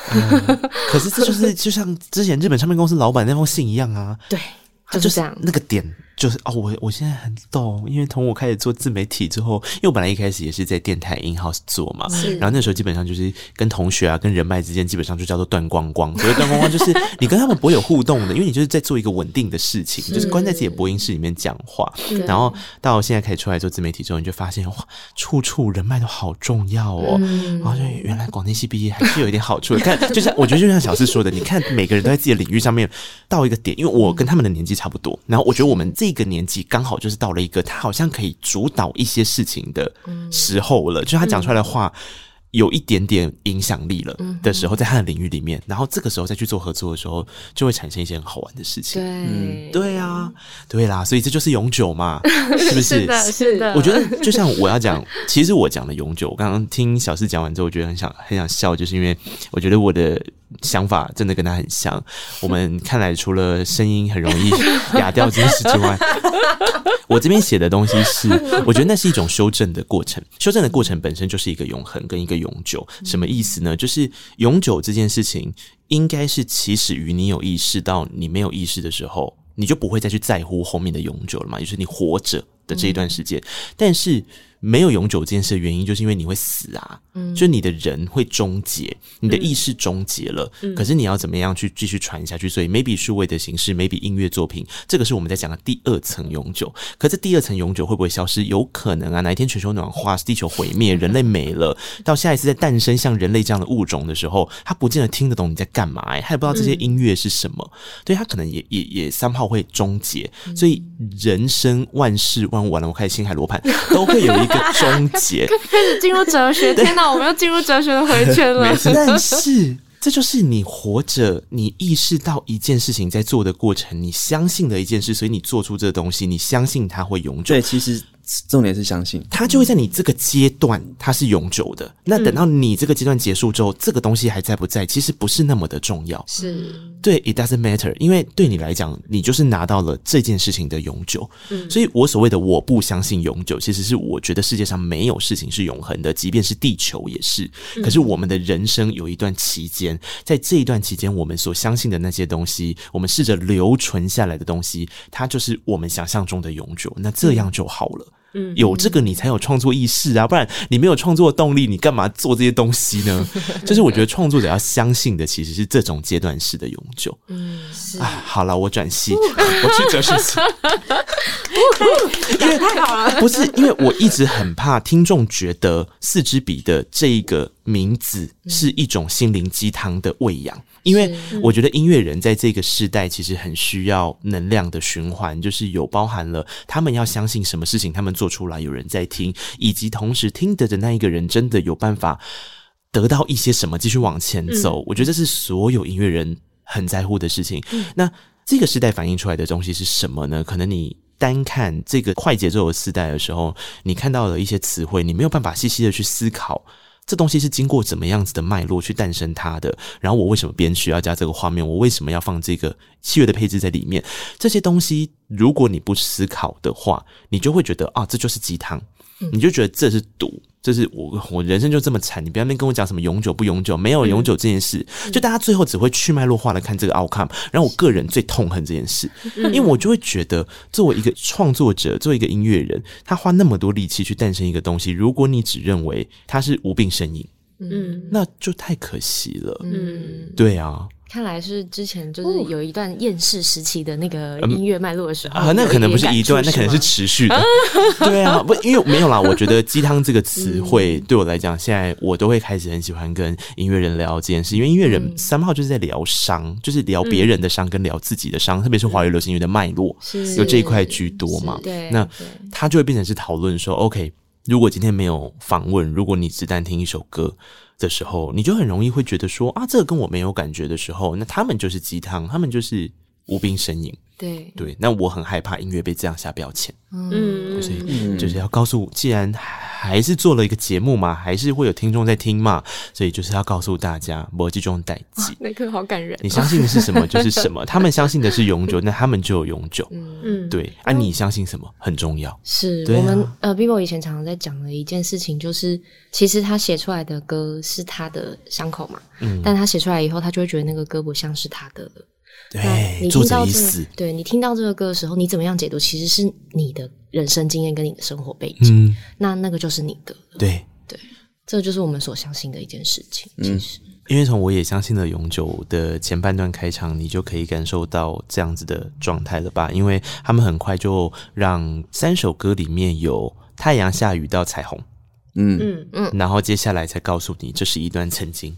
可是这就是就像之前日本唱片公司老板那封信一样啊，对，他就是这样。那个点就是哦，我我现在很懂，因为从我开始做自媒体之后，因为我本来一开始也是在电台 in house 做嘛，然后那时候基本上就是跟同学啊、跟人脉之间基本上就叫做断光光。所谓断光光就是 你跟他们不会有互动的，因为你就是在做一个稳定的事情，嗯就是关在自己的播音室里面讲话。然后到现在开始出来做自媒体之后，你就发现哇，处处人脉都好重要哦。嗯然后就原来广电系毕业还是有一点好处的。看，就像我觉得就像小四说的，你看每个人都在自己的领域上面到一个点，因为我跟他们的年纪差不多，然后我觉得我们这个年纪刚好就是到了一个他好像可以主导一些事情的时候了，就是他讲出来的话。有一点点影响力了的时候，在他的领域里面，然后这个时候再去做合作的时候，就会产生一些很好玩的事情。对，对啊，对啦，所以这就是永久 嘛，是不是？是的我觉得就像我要讲， 其实我讲的永久，我刚刚听小四讲完之后，我觉得很想很想笑，就是因为我觉得我的想法真的跟他很像。我们看来除了声音很容易 哑掉这件事之外， 我这边写的东西是，我觉得那是一种修正的过程。修正的过程本身就是一个永恒跟一个永久，什么意思呢？就是永久这件事情，应该是起始于你有意识到你没有意识的时候，你就不会再去在乎后面的永久了嘛，就是你活着的这一段时间。但是没有永久这件事的原因，就是因为你会死啊，就你的人会终结，你的意识终结了。可是你要怎么样去继续传下去？所以 maybe 数位的形式，maybe 音乐作品，这个是我们在讲的第二层永久。可这第二层永久会不会消失？有可能啊，哪一天全球暖化，地球毁灭，人类没了，到下一次再诞生像人类这样的物种的时候，他不见得听得懂你在干嘛、欸，他也不知道这些音乐是什么，对他可能也也也三号会终结。嗯所以人生万事万物完了，我开始星海罗盘 都会有一个终结。 开始进入哲学，天哪，我们又进入哲学的回 圈了。但是这就是你活着，你意识到一件事情在做的过程，你相信的一件事，所以你做出这东西，你相信它会永久对，。其实重点是相信。它就会在你这个阶段，它是永久的。那等到嗯你这个阶段结束之后，这个东西还在不在，其实不是那么的重要。是对，it doesn't matter，因为对你来讲，你就是拿到了这件事情的永久。所以我所谓的我不相信永久，其实是我觉得世界上没有事情是永恒的，即便是地球也是。可是我们的人生有一段期间，在这一段期间，我们所相信的那些东西，我们试着留存下来的东西，它就是我们想象中的永久。那这样就好了。有这个你才有创作意识啊，不然你没有创作动力，你干嘛做这些东西呢？就是我觉得创作者要相信的其实是这种阶段式的永久。嗯，啊，好了，我转系，我去哲学系。不是因为我一直很怕听众觉得四支笔的这一个名字是一种心灵鸡汤的喂养，因为我觉得音乐人在这个时代其实很需要能量的循环，就是有包含了他们要相信什么事情，他们做出来有人在听，以及同时听得的那一个人真的有办法得到一些什么，继续往前走。我觉得这是所有音乐人很在乎的事情。那这个时代反映出来的东西是什么呢？可能你。单看这个快节奏的时代的时候，你看到了一些词汇，你没有办法细细的去思考这东西是经过怎么样子的脉络去诞生它的。然后我为什么编曲要加这个画面？我为什么要放这个器乐的配置在里面？这些东西，如果你不思考的话，你就会觉得啊，这就是鸡汤，你就觉得这是毒。这是我我人生就这么惨，你不要那边跟我讲什么永久不永久，没有永久这件事，就大家最后只会去脉络化的看这个 outcome。然后我个人最痛恨这件事，因为我就会觉得，作为一个创作者，作为一个音乐人，他花那么多力气去诞生一个东西，如果你只认为它是无病呻吟，嗯那就太可惜了。嗯，对啊，看来是之前哦就是有一段厌世时期的那个音乐脉络的时嗯候啊，那可能不是一段，那可能是是持续 的。对啊，不，因为没有啦。我觉得“鸡汤”这个词汇对我来讲，现在我都会开始很喜欢跟音乐人聊这件事，因为音乐人三号就是在疗伤，就是聊别人的伤跟聊自己的伤，特别是华语流行乐的脉络是有这一块居多嘛。对那对它就会变成是讨论说，OK，如果今天没有访问，如果你只单听一首歌的时候，你就很容易会觉得说啊，这个跟我没有感觉的时候，那他们就是鸡汤，他们就是无病呻吟。对，对，那我很害怕音乐被这样下标签，嗯所以就是要告诉，既然还是做了一个节目嘛，还是会有听众在听嘛，所以就是要告诉大家，我这种代际，那个好感人你相信的是什 么就是什么，他们相信的是永久，那他们就有永久。嗯，对，啊，你相信什么很重要。是、对啊我们呃，Vivo 以前常常在讲的一件事情，就是其实他写出来嗯的歌是他的伤口嘛，但他写出来以后，他就会觉得那个歌不像是他的了。那对，你哎作听者到已这死个，，对你听到这个歌的时候，你怎么样解读，其实是你的人生经验跟你的生活背景，嗯，那那个就是你的，对，这就是我们所相信的一件事情。嗯其实，因为从我也相信了永久的前半段开场，你就可以感受到这样子的状态了吧？因为他们很快就让三首歌里面有太阳、下雨到彩虹，嗯，嗯，然后接下来才告诉你这是一段曾经。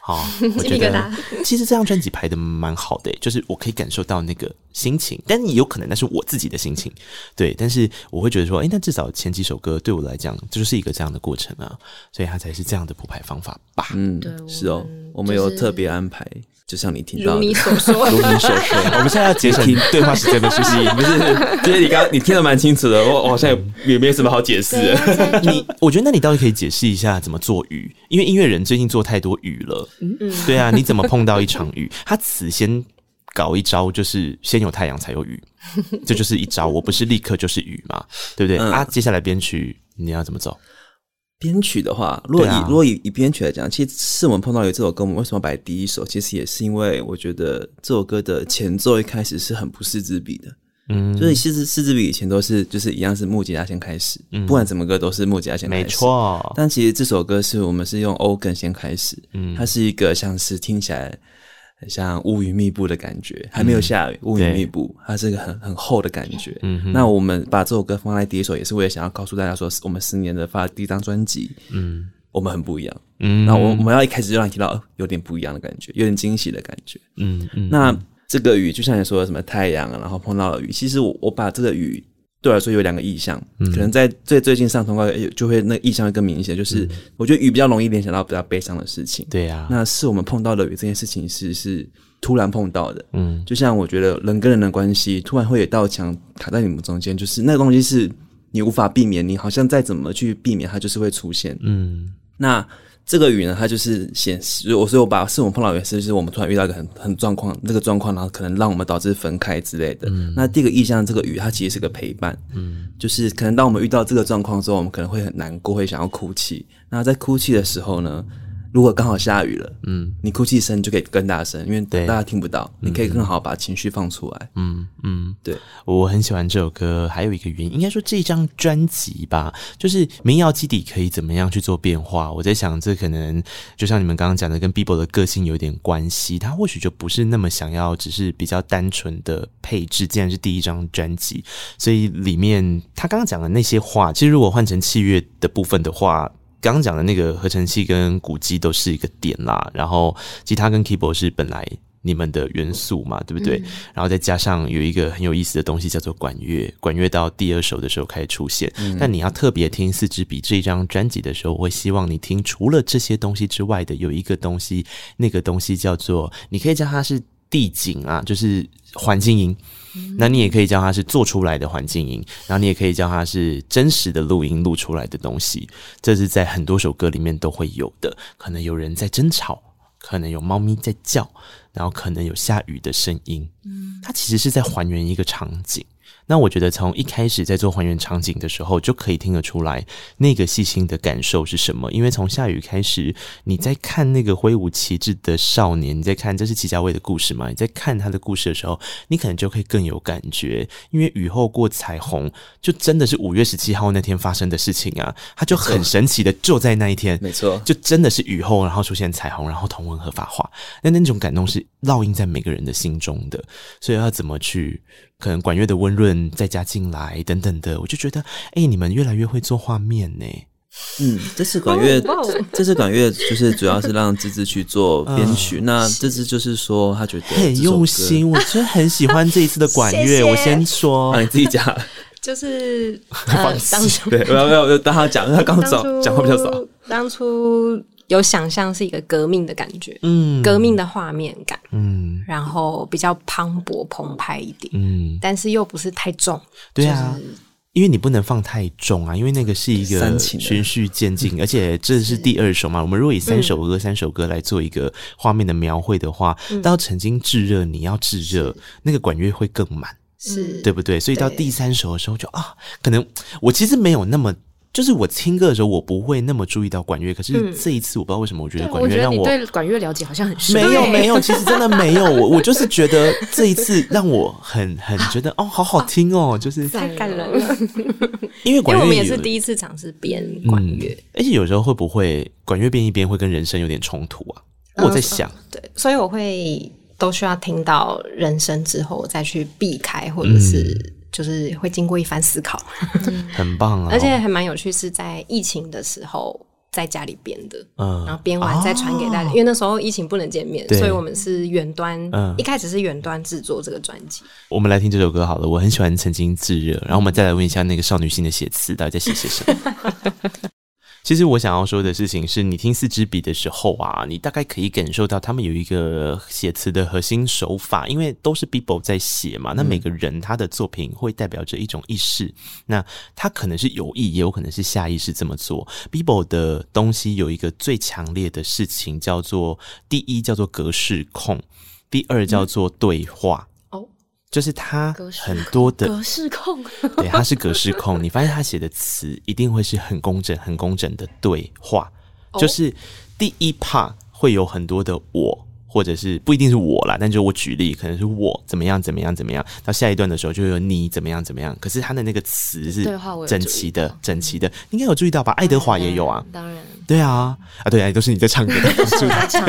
好，我觉鸡皮疙瘩得其实这张专辑排的蛮好的、欸就是我可以感受到那个心情，但也有可能那是我自己的心情，对。但是我会觉得说，哎、那至少前几首歌对我来讲，这就是一个这样的过程啊，所以它才是这样的铺排方法吧。嗯对我，是哦们，我们就有是特别安排，就像你听到如的，你所说，如你所说， 我们现在要节省 对话时间的休息，不是？就是你刚你听得蛮清楚的，我我好像也也没什么好解释对啊的。那这样就你，我觉得那你到底可以解释一下怎么做雨？因为音乐人最近做太多雨了，嗯嗯 对啊，你怎么碰到一场雨？ 他此先搞一招，就是先有太阳才有雨，这就是一招。我不是立刻就是雨嘛，对不对？嗯啊，接下来编曲你要怎么走？编曲的话，如果以、对啊如果以以编曲来讲，其实是我们碰到有这首歌，我们为什么摆第一首？其实也是因为我觉得这首歌的前奏一开始是很不四支笔的，嗯，就是其实四支笔以前都是就是一样是木吉他先开始，嗯不管怎么歌都是木吉他先开没始，。错，但其实这首歌是我们是用欧梗先开始，嗯它是一个像是听起来很像乌云密布的感觉，还没有下雨，乌云密布，它是一个很很厚的感觉。嗯哼那我们把这首歌放在第一首，也是为了想要告诉大家说，我们十年的发第一张专辑，嗯我们很不一样。嗯那、我我们要一开始就让你听到呃有点不一样的感觉，有点惊喜的感觉。嗯嗯那这个雨就像你说的什么太阳啊，然后碰到了雨，其实我我把这个雨对我来说有两个意象，嗯可能在最最近上通告有就会那个意象会更明显，就是、嗯我觉得雨比较容易联想到比较悲伤的事情。对啊，那是我们碰到的雨这件事情是是突然碰到的，嗯就像我觉得人跟人的关系突然会有一道墙卡在你们中间，就是那个东西是你无法避免，你好像再怎么去避免它就是会出现。嗯那这个雨呢，它就是显示，我所以我把是我们碰到雨，是就是我们突然遇到一个很很状况，这个状况，然后可能让我们导致分开之类的。嗯那第一个意象，这个雨它其实是个陪伴，嗯，就是可能当我们遇到这个状况之后，我们可能会很难过，会想要哭泣。那在哭泣的时候呢，如果刚好下雨了，嗯你哭泣声就可以更大声，因为对大家听不到，你可以更好把情绪放出来。嗯嗯，对，我很喜欢这首歌，还有一个原因，应该说这张专辑吧，就是民谣基底可以怎么样去做变化。我在想，这可能就像你们刚刚讲的，跟 Bebo 的个性有点关系。他或许就不是那么想要，只是比较单纯的配置。既然是第一张专辑，所以里面他刚刚讲的那些话，其实如果换成器乐的部分的话。刚刚讲的那个合成器跟鼓机都是一个点啦，然后吉他跟 keyboard 是本来你们的元素嘛，对不对？然后再加上有一个很有意思的东西叫做管乐，管乐到第二首的时候开始出现。但你要特别听《四支笔》这一张专辑的时候，我会希望你听除了这些东西之外的有一个东西，那个东西叫做你可以叫它是地景啊，就是环境音。那你也可以叫它是做出来的环境音，然后你也可以叫它是真实的录音录出来的东西，这是在很多首歌里面都会有的。可能有人在争吵，可能有猫咪在叫，然后可能有下雨的声音。它其实是在还原一个场景。那我觉得从一开始在做还原场景的时候，就可以听得出来那个细心的感受是什么。因为从下雨开始，你在看那个挥舞旗帜的少年，你在看这是祁家卫的故事嘛？你在看他的故事的时候，你可能就可以更有感觉。因为雨后过彩虹，就真的是五月十七号那天发生的事情啊，它就很神奇的就在那一天，没错，就真的是雨后，然后出现彩虹，然后同文合法化，那那种感动是烙印在每个人的心中的，所以要怎么去，可能管乐的温润再加进来等等的，我就觉得，哎、你们越来越会做画面呢、嗯，这次管乐哇哦，这次管乐就是主要是让芝芝去做编曲。那芝芝就是说，他觉得这很首歌用心，我真的很喜欢这一次的管乐。 谢谢我先啊，说你，自己讲，就是 呃，当初对，不要不要不要，让他讲，他刚当初走，讲话比较少。当初有想象是一个革命的感觉，嗯，革命的画面感，嗯然后比较磅礴澎湃一点，嗯，但是又不是太重。对啊。因为你不能放太重啊，因为那个是一煽个情的循序渐进，而且这是第二首嘛。我们如果以三首歌、三首歌来做一个画面的描绘的话，到曾经炙热，你要炙热，那个管乐会更满，是对不对？所以到对第三首的时候就啊，可能我其实没有那么就是我听歌的时候，我不会那么注意到管乐，可是嗯这一次我不知道为什么，我觉得对，管我乐觉得让你我对管乐了解好像很深。没有对没有，其实真的没有，我我就是觉得这一次让我很很觉得哦，好好听哦，就是太感人了，因为因管为乐我们也有是第一次尝试编管乐，嗯，而且有时候会不会管乐变一边会跟人生有点冲突啊？嗯我在想，对，所以我会都需要听到人声之后再去避开，或者是、就是会经过一番思考，很棒啊，嗯而且还蛮有趣，是在疫情的时候在家里编的。然嗯哦后编完再传给大家，因为那时候疫情不能见面，对所以我们是远端嗯，一开始是远端制作这个专辑。我们来听这首歌好了，我很喜欢《曾经炙热》，然后我们再来问一下那个少女心的写词到底在写些什么。其实我想要说的事情是，你听四支笔的时候啊，你大概可以感受到他们有一个写词的核心手法，因为都是 Bibo 在写嗯嘛，那每个人他的作品会代表着一种意识，那他可能是有意，也有可能是下意识这么做。Bibo 的东西有一个最强烈的事情叫做，第一叫做格式控，第二叫嗯做对话。哦，就是他格式很多的，格式控，对，他是格式控。你发现他写的词一定会是很工整、很工整的对话，哦就是第一 part 会有很多的我，或者是不一定是我啦，但就我举例，可能是我怎么样怎么样怎么样，到下一段的时候就有你怎么样怎么样。可是他的那个词是对话我有整注意齐的、整齐的，你应该有注意到吧？爱德华也有啊， 当然，对啊，啊对啊，都是你在唱歌 的。当然是我在唱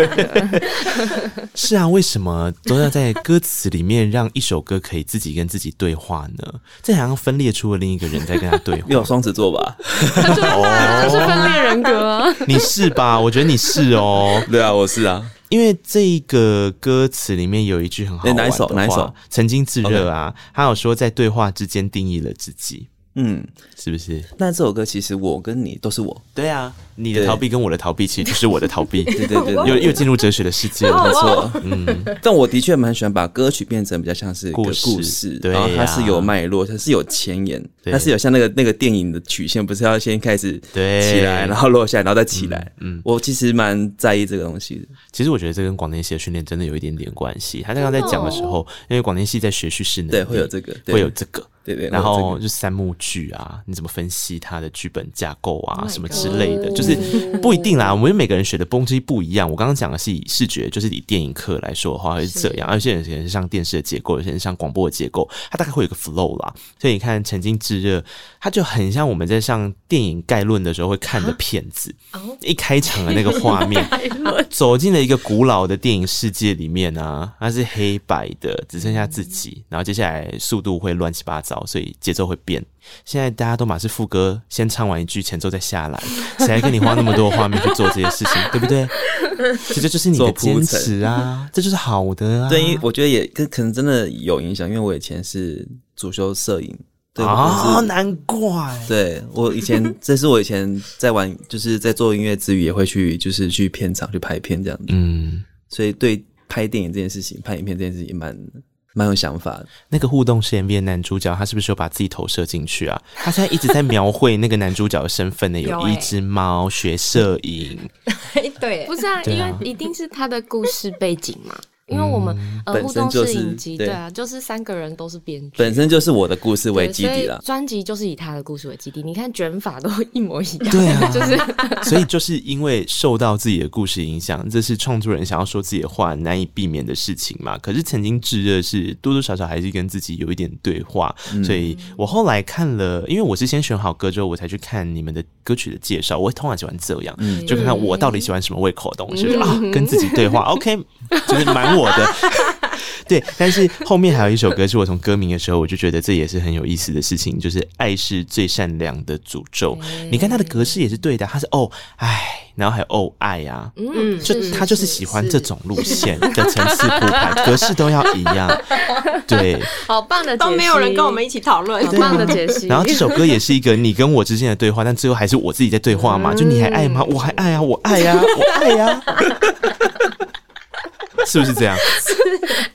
的，是啊，为什么都要在歌词里面让一首歌可以自己跟自己对话呢？这好像分裂出了另一个人在跟他对 你有话。哦双子座吧？就是分裂人格啊。你是吧？我觉得你是哦，对啊，我是啊，因为这个歌词里面有一句很好玩的哎哪一首话哪一首？曾经炙热啊，他有说在对话之间定义了自己，嗯。是不是？那这首歌其实我跟你都是我，对啊，你的逃避跟我的逃避其实就是我的逃避，对对对又对，又进入哲学的世界没了。错，嗯， 但我的确蛮喜欢把歌曲变成比较像是一个故故事事，对然后它呀是有脉络，它是有前言，对它是有像那个那个电影的曲线，不是要先开始对起来，然后落下来，然后再起来。嗯嗯，我其实蛮在意这个东西的。其实我觉得这跟广电系的训练真的有一点点关系。他刚刚在讲的时候，因为广电系在学叙事能力，对会有这个对会有这个，对对，然我后这个就三幕剧啊，你怎么分析它的剧本架构啊， Oh my 什么之类的，就是嗯 不一定啦。我们每个人学的东西不一样。我刚刚讲的是以视觉，就是以电影课来说的话会是这样，而有些人可能是上电视的结构，有些人上广播的结构，它大概会有一个 flow 啦。所以你看《曾经炙热》，它就很像我们在上电影概论的时候会看的片子，一开场的那个画面，走进了一个古老的电影世界里面啊，它是黑白的，只剩下嗯自己，然后接下来速度会乱七八糟，所以节奏会变。现在大家都马是副歌，先唱完一句，前奏再下 来，谁还跟你花那么多画面去做这些事情，对不对？这就就是你的做铺坚陈持啊，这就是好的啊。对，因为我觉得也跟可能真的有影响，因为我以前是主修摄影，对，我啊，是难怪。对我以前， 这是我以前在玩，就是在做音乐之余，也会去就是去片场去拍片这样子。嗯，所以对拍电影这件事情、拍影片这件事情蛮蛮有想法的。那个互动实验片男主角，他是不是有把自己投射进去啊？他现在一直在描绘那个男主角的身份呢，有有欸一只猫学摄影，嘿对，不是啊，对因啊为一定是他的故事背景嘛。因为我们嗯呃本互身动就式是影集，对对啊，就是三个人都是编剧，本身就是我的故事为对，基底所 啦以。专辑就是以他的故事为基底。你看卷发都一模一 样，对啊就是 所以就是因为受到自己的故事影响，这是创作人想要说自己的话难以避免的事情嘛。可是曾经炙热是多多少少还是跟自己有一点对话，嗯所以我后来看了，因为我是先选好歌之后，我才去看你们的歌曲的介绍。我通常喜欢这样，嗯就看看我到底喜欢什么胃口的东西、啊，跟自己对话。OK，就是 蛮我的。对，但是后面还有一首歌是我从歌名的时候，我就觉得这也是很有意思的事情，就是爱是最善良的诅咒。你看它的格式也是对的，它是哦唉，然后还有哦爱啊，嗯，就是他就是喜欢这种路线的层次铺排，格式都要一样。 对，好棒的，都没有人跟我们。一起讨论，很棒的解析，然后这首歌也是一个你跟我之间的对话，但最后还是我自己在对话嘛，就你还爱吗？我还爱啊，我爱呀、啊，我爱呀、啊。 是不是这样？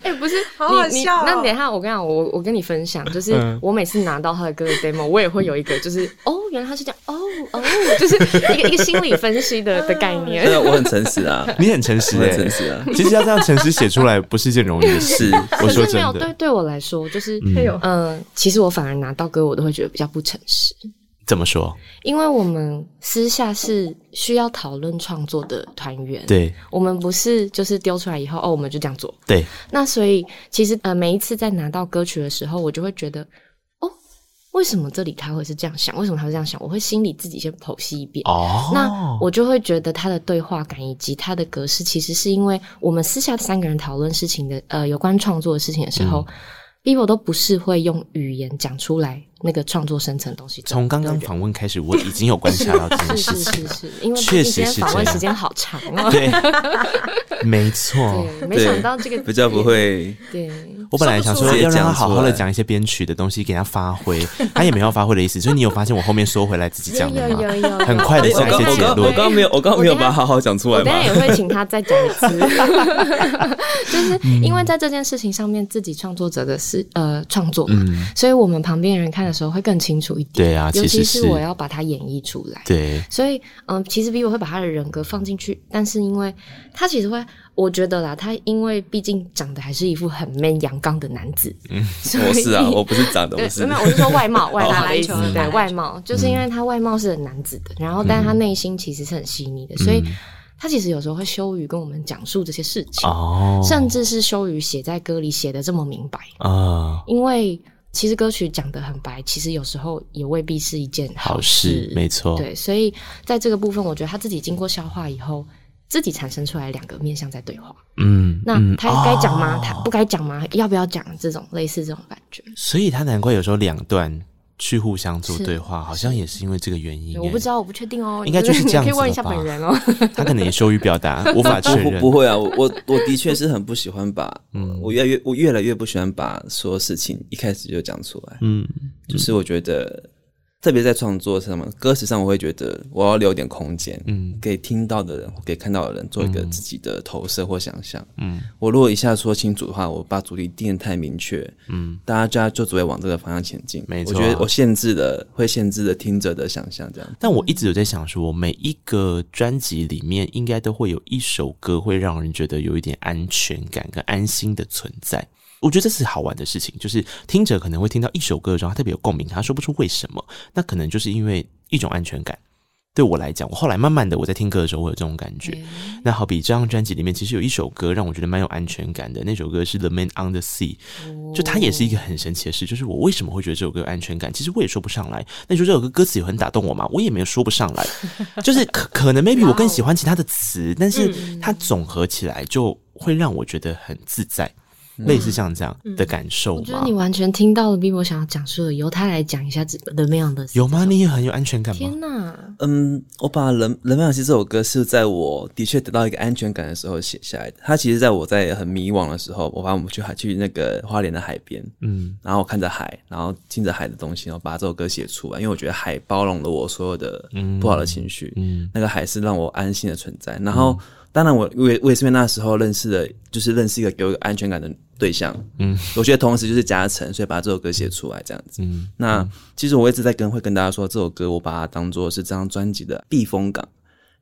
哎、不是，好好你你笑哦那等一下，我跟你讲，我我跟你分享，就是嗯我每次拿到他的歌的 demo，我也会有一个，就是哦，原来他是这样，哦哦，就是一个一个心理分析的的概念对。啊，我很诚实啊，你很诚实我哎、很诚实啊。 其实要这样诚实写出来，不是一件容易的事。是，我说可是真没有，对的，对我来说，就是呃嗯嗯、其实我反而拿到歌，我都会觉得比较不诚实。怎么说？因为我们私下是需要讨论创作的团员，，对我们不是就是丢出来以后哦，我们就这样做。对，那所以其实呃，每一次在拿到歌曲的时候，我就会觉得哦，为什么这里他会是这样想？为什么他会这样想？我会心里自己先剖析一遍。哦，那我就会觉得他的对话感以及他的格式，其实是因为我们私下三个人讨论事情的，呃，有关创作的事情的时嗯候、b i v o 都不是会用语言讲出来那个创作生成的东西的。从刚刚访问开始，我已经有观察到这件是事是情是了。是，因为确实毕竟今是天访问这样时间好 长哦。对，没错。对，没想到这个比较不会对。我本来想说说不出来要让他好好的讲一些编曲的东西，给他发挥， 他也没有发挥的意思。所以你有发现我后面缩回来自己讲的吗？有有很快地我下一刚些我结刚论我刚没有我刚没有把它好好讲出来我等一下也嘛。会请他再讲一 次，就是嗯因为在这件事情上面，自己创作者的是呃创作嘛，嗯，所以我们旁边人看的时候会更清楚一点。对啊尤其实其是是我要把它演绎出来。对，所以，嗯、其实比我会把他的人格放进去，但是因为他其实会，我觉得啦，他因为毕竟长得还是一副很 man 阳刚的男子，嗯，所以我是啊，我不是长的，对我，是没 有，我是说外貌，哦外打貌篮的意思球的，打对篮外貌，就是嗯因为他外貌是很男子的，然后但是他内心其实是很细腻的，所以嗯他其实有时候会羞于跟我们讲述这些事情，哦，甚至是羞于写在歌里写的这么明白，啊，因为其实歌曲讲的很白，其实有时候也未必是一件好事事，，没错，对，所以在这个部分，我觉得他自己经过消化以后，自己产生出来两个面向在对话。嗯，那嗯他该讲吗？哦他不该讲吗？要不要讲？这种类似这种感觉，所以他难怪有时候两段去互相做是对话，好像也是因为这个原因。我不知道，我不确定哦。应该就是这样你可以子问一了下吧本人哦。欸，他可能也羞于 表达，无法承不认。嗯不会啊，我我我的确是很不喜欢把，我越来越我越来越不喜欢把所有事情一开始就讲出来，嗯，就是我觉得，特别在创作上嘛，歌词上我会觉得我要留点空间，嗯，给听到的人，给看到的人做一个自己的投射或想象，嗯，我如果一下说清楚的话，我把主题定得太明确，嗯，啊大家就要就只会往这个方向前进，没错我觉得我限制了，会限制了听者的想象，这样，但我一直有在想说，每一个专辑里面应该都会有一首歌会让人觉得有一点安全感跟安心的存在。我觉得这是好玩的事情，就是听者可能会听到一首歌的时候，他特别有共鸣，他说不出为什么，那可能就是因为一种安全感。对我来讲，我后来慢慢的我在听歌的时候，我有这种感觉。那好比这张专辑里面，其实有一首歌让我觉得蛮有安全感的，那首歌是《The Man on the Sea》，就哦它也是一个很神奇的事，就是我为什么会觉得这首歌有安全感，其实我也说不上来。那你说这首歌歌词有很打动我吗？我也没有说不上来， 就是可可能哦 maybe 我更喜欢其他的词，但嗯是它总合起来就会让我觉得很自在，类似像这样的感受嗯我觉吗？得你完全听到了比我想要讲述的，由他来讲一下这 The Man 的。有吗？你也很有安全感吗天？哪！嗯，我把人《人人们其实这首歌是在我的确得到一个安全感的时候写下来的。它其实在我在很迷惘的时候，我把我们去海去那个花莲的海边，嗯，然后我看着海，然后听着海的东西，然后把这首歌写出来，因为我觉得海包容了我所有的不好的情绪，嗯那个海是让我安心的存在。然后，当然我我也我也是因为那时候认识了，就是认识一个给我一个安全感的对象，嗯，我觉得同时就是加成，所以把这首歌写出来这样子。嗯那其实我一直在跟会跟大家说，这首歌我把它当做是这张专辑的避风港，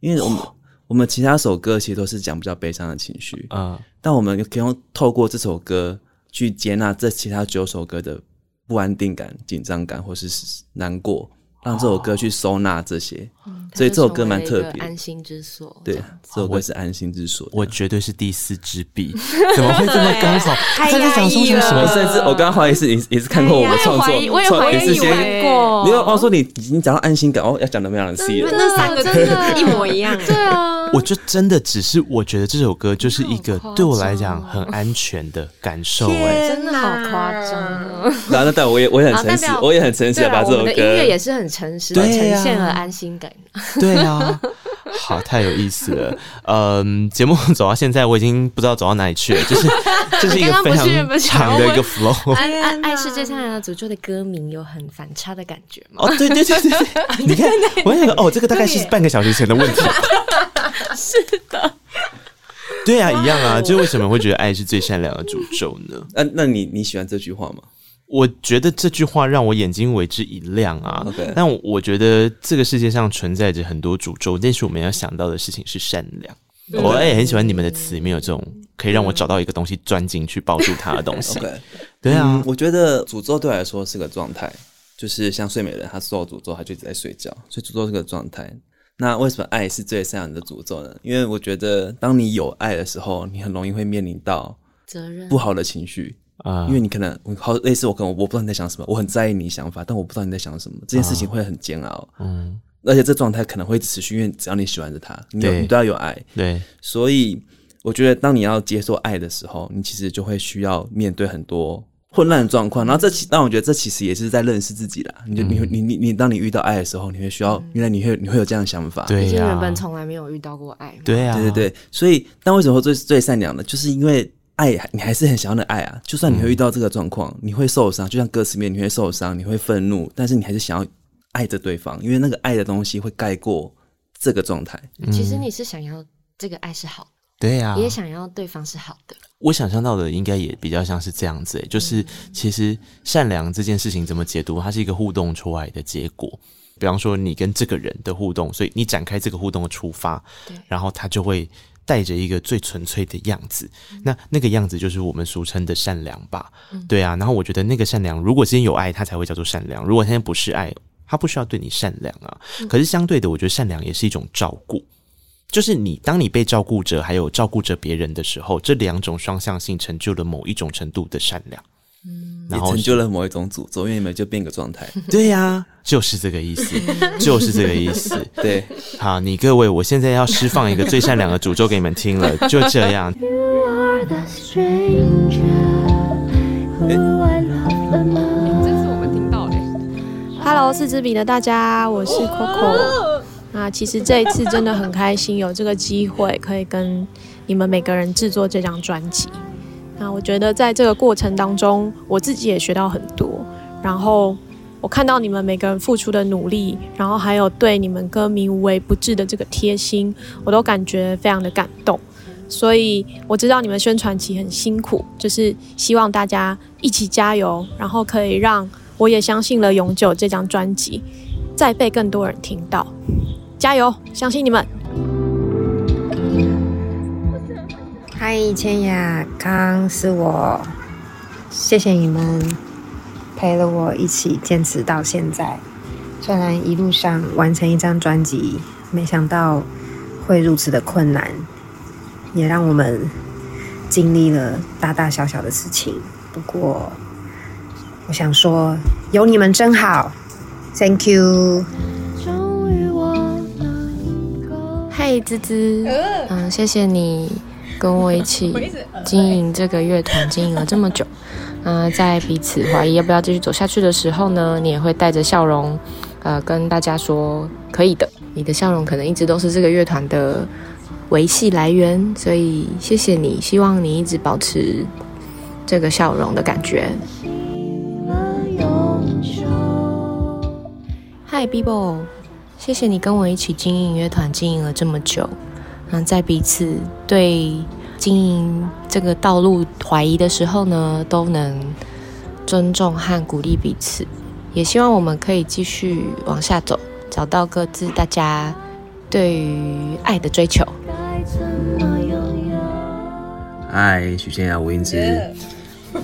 因为我们。哦我们其他首歌其实都是讲比较悲伤的情绪，啊、但我们可以用透过这首歌去接纳这其他九首歌的不安定感、紧张感或是难过，让这首歌去收纳这些。哦所以这首歌蛮特别安的。心之所。对，这首歌是安心之所。嗯我绝对是第四支笔， 怎么会这么刚 好？他在想说什我么？甚至我刚刚怀疑是你，你是看过我们创作，创你是哎先，过你又哦说你已经讲到安心感，哦要讲的没有人 see 了。那三个真的字一模 一样哎、对啊，我就真的只是我觉得这首歌就是一个好夸张哦对我来讲很安全的感受哎、真的好夸张哦。然后那但我也我也很诚实好代表，我也很诚实对地把啊，这我首们的音乐歌也是很诚实的，呈对啊现了安心感。对啊，好，太有意思 了。嗯，节目走到现在，我已经不知道走到哪里去了， 就是这是一个刚刚非不是原常本想长要的一个问 flow。安安爱是这上的诅咒的歌名有很反差的感觉吗？哦，对对对对 啊对，你看，我想说，哦，这个大概是半个小时前的问题。是的，对啊，一样啊。就为什么会觉得爱是最善良的诅咒呢？那那你你喜欢这句话吗？我觉得这句话让我眼睛为之一亮啊 OK 但我觉得这个世界上存在着很多诅咒，但是我们要想到的事情是善良。我也、很喜欢你们的词里面有这种可以让我找到一个东西钻进去抱住它的东西。 OK，对啊嗯，我觉得诅咒对我来说是个状态，就是像睡美人，她受到诅咒，她就一直在睡觉，所以诅咒这个状态。那为什么爱是最善良的诅咒呢？因为我觉得，当你有爱的时候，你很容易会面临到责任不好的情绪，啊因为你可能我好类似我可能我不知道你在想什么，我很在意你想法，但我不知道你在想什么，这件事情会很煎熬，嗯，而且这状态可能会持续，因为只要你喜欢着他，你有对你都要有爱，对，所以我觉得，当你要接受爱的时候，你其实就会需要面对很多混乱的状嗯况。然后这其，但我觉得这其实也是在认识自己啦。你就你会你你你，当你遇到爱的时候，你会需要，原来你会你会有这样的想法。嗯对毕竟呀、原本从来没有遇到过爱嘛。对啊，对对对。所以，但为什么说最最善良的，就是因为。爱，你还是很想要的爱啊！就算你会遇到这个状嗯况，你会受伤，就像歌词里面，你会受伤，你会愤怒，但是你还是想要爱着对方，因为那个爱的东西会盖过这个状态。嗯其实你是想要这个爱是好的，对啊呀、也想要对方是好的。我想象到的应该也比较像是这样子、欸，就是其实善良这件事情怎么解读，它是一个互动出来的结果。比方说你跟这个人的互动，所以你展开这个互动的出发对，然后他就会带着一个最纯粹的样子。那那个样子就是我们俗称的善良吧？对啊。然后我觉得那个善良，如果今天有爱，它才会叫做善良；如果今天不是爱，它不需要对你善良啊。可是相对的，我觉得善良也是一种照顾。就是你，当你被照顾者还有照顾着别人的时候，这两种双向性成就了某一种程度的善良。嗯，也然后成就了某一种诅咒，因为你们就变个状态。对呀、就是这个意思，就是这个意思。对，好，你各位，我现在要释放一个最善良的诅咒给你们听 了，就这样。 Hello，四支笔的大家，我是 Coco。那其实这一次真的很开心，有这个机会可以跟你们每个人制作这张专辑。那我觉得在这个过程当中，我自己也学到很多。然后我看到你们每个人付出的努力，然后还有对你们歌迷无微不至的这个贴心，我都感觉非常的感动。所以我知道你们宣传期很辛苦，就是希望大家一起加油，然后可以让我也相信了《永久》这张专辑再被更多人听到。加油，相信你们！嗨，千雅康是我，谢谢你们陪了我一起坚持到现在。虽然一路上完成一张专辑，没想到会如此的困难，也让我们经历了大大小小的事情。不过，我想说，有你们真好，Thank you。嗨，芝芝，呃嗯，谢谢你跟我 一起经营这个乐团，经营了这么久。嗯、在彼此怀疑要不要继续走下去的时候呢，你也会带着笑容，呃，跟大家说可以的。你的笑容可能一直都是这个乐团的维系来源，所以谢谢你，希望你一直保持这个笑容的感觉。嗨，Bibo，谢谢你跟我一起经营乐团，经营了这么久，嗯，在彼此对经营这个道路怀疑的时候呢，都能尊重和鼓励彼此，也希望我们可以继续往下走，找到各自大家对于爱的追求。嗨，许仙雅，啊吴英之。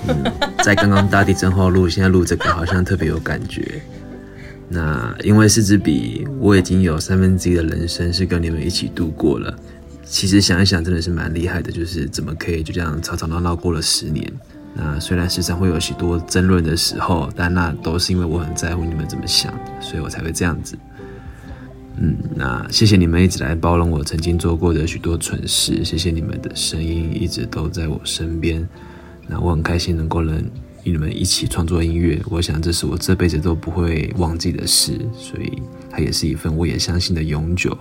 嗯，在刚刚大地震后录，现在录这个好像特别有感觉。那因为四支笔，我已经有三分之一的人生是跟你们一起度过了。其实想一想，真的是蛮厉害的，就是怎么可以就这样吵吵闹闹过了十年。那虽然时常会有许多争论的时候，但那都是因为我很在乎你们怎么想，所以我才会这样子。嗯，那谢谢你们一直来包容我曾经做过的许多蠢事，谢谢你们的声音一直都在我身边。那我很开心能够能与你们一起创作音乐，我想这是我这辈子都不会忘记的事，所以它也是一份我也相信的永久。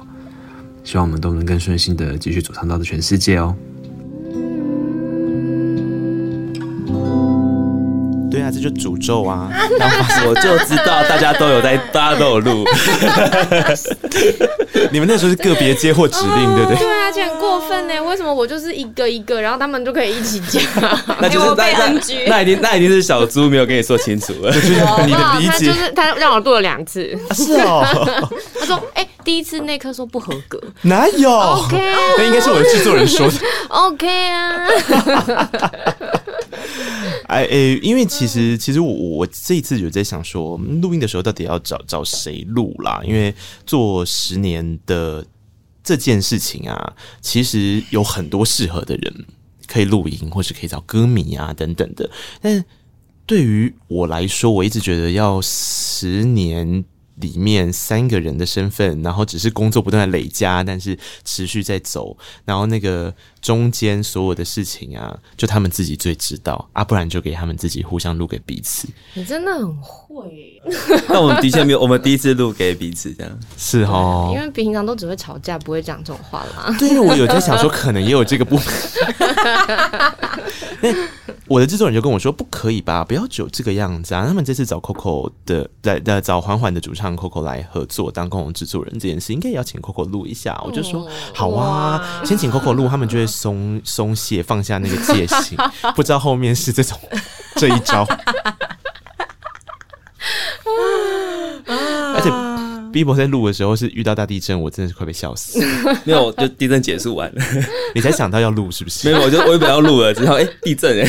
希望我们都能更顺心的继续走上到的全世界哦。对啊，这就诅咒 啊！然后我就知道大家都有在，大家都有录。你们那时候是个别接获指令，对不对？对啊，而且很过分呢。为什么我就是一个一个，然后他们就可以一起 讲？ 那就是那那那一定那一定是小猪没有跟你说清楚了，就是你啊哇他就是他让我录了两次。 是哦，他说：“哎、第一次那科说不合格 哪有？ ，OK 啊 啊 那应该是我的制作人说的。 ，OK 啊。哎诶、因为其实其实我我这一次有在想说，嗯录音的时候到底要找找谁录啦？因为做十年的这件事情啊，其实有很多适合的人可以录音，或是可以找歌迷啊等等的。但对于我来说，我一直觉得要十年里面三个人的身份，然后只是工作不断的累加，但是持续在走，然后那个中间所有的事情啊，就他们自己最知道啊，不然就给他们自己互相录给彼此，你真的很会耶，但我们的确没有，我们第一次录给彼此这样。是哦因。为平常都只会吵架，不会讲这种话啦。对，因为我有在想说，可能也有这个部分。 那我的制作人就跟我说，不可以吧，不要只有这个样子啊。他们这次找 Coco 的，来来找缓缓的主唱 Coco 来合作当共同制作人这件事，应该也要请 Coco 录一下。我就说好啊，先请 Coco 录，他们就会松松懈，放下那个戒心。不知道后面是这种这一招，而且。Bibo 在录的时候是遇到大地震，我真的是快被笑死。 没有，就地震结束完了， 你才想到要录是不是没？有， 我就我也不要录了，之后哎、地震哎、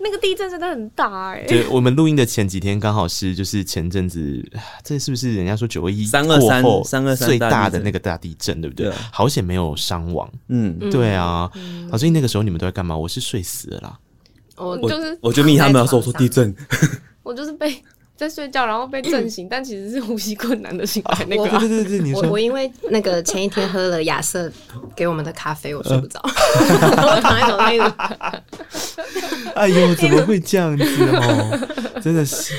那个地震真的很大哎、对，我们录音的前几天刚好是就是前阵子，啊这是不是人家说九二一323过后323最大地大的震那个大地震，对不对？对啊好险没有伤亡。 嗯，对啊，老师，你那个时候你们都在干嘛？我是睡死了啦。我我就是我就密他躺们在我说我说床上地震，我就是被在睡觉，然后被震醒，但其实是呼吸困难的醒来那个、对对对对，你我说我因为那个前一天喝了亚瑟给我们的咖啡，我睡不着， 我躺在床上一直哎呦，怎么会这样子哦？真的是。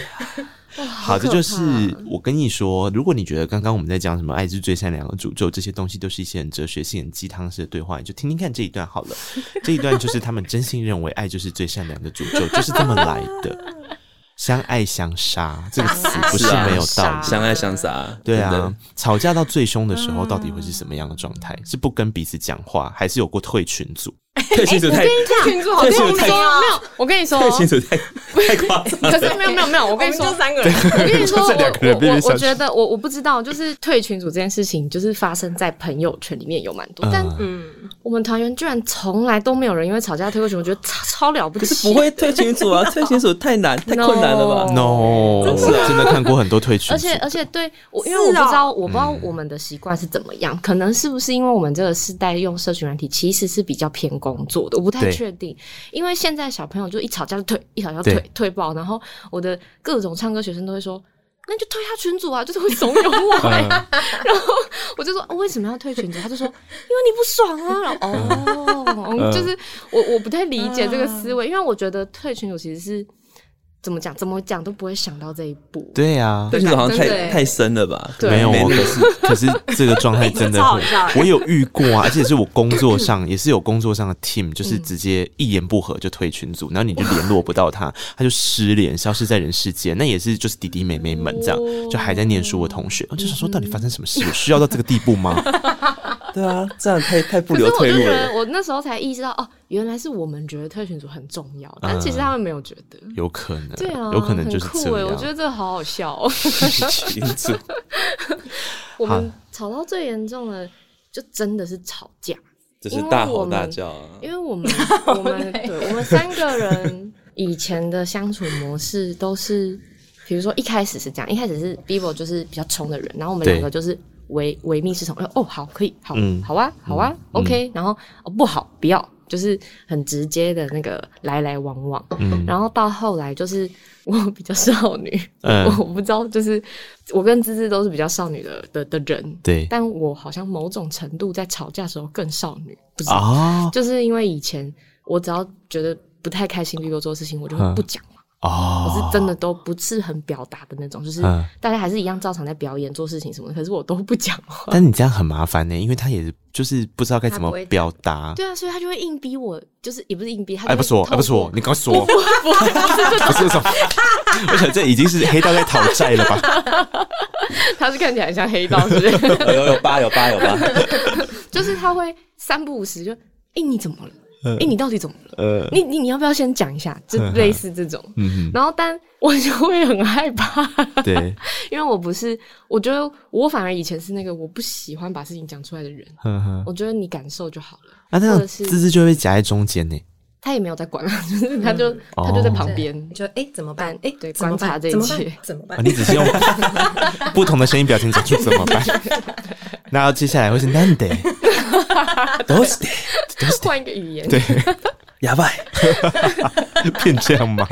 好，这就是我跟你说，如果你觉得刚刚我们在讲什么“爱是最善良的诅咒”这些东西，都是一些很哲学性、很鸡汤式的对话，你就听听看这一段好了。这一段就是他们真心认为爱就是最善良的诅咒，就是这么来的。相爱相杀这个词不是啊没有道理。相爱相杀，对真啊的，，嗯吵架到最凶的时候，到底会是什么样的状态？是不跟彼此讲话，还是有过退群组？ 退清楚太群主好这跟是你太说，没有，我跟你说，退清楚 太太夸张可了，是没有没有没有，我我跟你们说就，三个人，我跟你说，我这两个人边我我边我上去觉得我我不知道，就是退群组这件事情，就是发生在朋友圈里面有蛮多，但嗯，我们团员居然从来都没有人因为吵架退过群，我觉得超超了不可是 起。不会退清楚啊，退清楚太难太困难了吧 no，No 我真的看过很多退群组，而且而且对我，因为我不知道，我不知道我们的习惯是怎么嗯样，可能是不是因为我们这个世代用社群软体其实是比较偏工作的，我不太对确定。因为现在小朋友就一吵架就退，一吵架就对退退爆，然后我的各种唱歌学生都会说。那你就退他群组啊，就是会怂恿 我、嗯呀。然后我就说、哦为什么要退群组？他就说因为你不爽啊。然 后哦，嗯就是我我不太理解这个思维，因为我觉得退群组其实是怎么讲，怎么讲都不会想到这一步。对呀、退清楚好像真的太欸太深了吧？对没有没我那可个是可 是这个状态真的超会好笑欸，我有遇过啊，而且是我工作上也是有工作上的 team，就是嗯直接一言不合就退群组，然后你就联络不到嗯他，他就失联，消失在人世间。那也是就是弟弟妹妹们这样，哦就还在念书的同学，我就想说到底发生什么事？有需要到这个地步吗？ 对啊，这样太太不可是留我退就路觉得，了。欸我那时候才意识到，哦，原来是我们觉得退群组很重要，但其实他们没有觉得。有可能，对啊，嗯有可能就是很酷这欸样。我觉得这好好笑、哦。群主我们吵到最严重的，就真的是吵架，就是大吼大叫嗯啊，因为我 们我们对我们三个人以前的相处模式都是，比如说一开始是这样，一开始是 Bibo 就是比较冲的人，然后我们对两个就是唯唯命是从，哦，好，可以，好，嗯好啊，好啊、o k 然后哦不好，不要，就是很直接的那个来来往往， 嗯然后到后来就是我比较少女，嗯 我不知道，就是我跟芝芝都是比较少女的的的人，对但我好像某种程度在吵架的时候更少女，不知道，啊就是因为以前我只要觉得不太开心，比如做事情，我就会不讲嘛，啊，我是真的都不是很表达的那种，就是嗯大家还是一样照常在表演做事情什么的，可是我都不讲话。但你这样很麻烦呢、欸因为他也就是不知道该怎么他不会表达。对啊，所以他就会硬逼我，就是也不是硬逼，他就哎，会不说，哎，透不说过，你刚说，不是这种，我想这已经是黑道在讨债了吧？ 他是看起来很像黑道，是不 是？有有有八有八有八，就是他会三不五时就，哎、你怎么了？哎、你到底怎么了？呃你你你要不要先讲一下？就类似这种，嗯，然后但我就会很害怕，对， 因为我不是，我觉得我反而以前是那个我不喜欢把事情讲出来的人，呵呵。我觉得你感受就好了。啊，那或样者是滋滋就会夹在中间呢。他也没有在管啊， 就是他嗯就他就在哦旁边，就哎怎么办？哎对怎么办观察这一怎么办切怎么啊办？你只是用不同的声音表情讲出怎么办？那接下来会是 nan de，都是换一个语言。对， 哑 巴，变这样吗？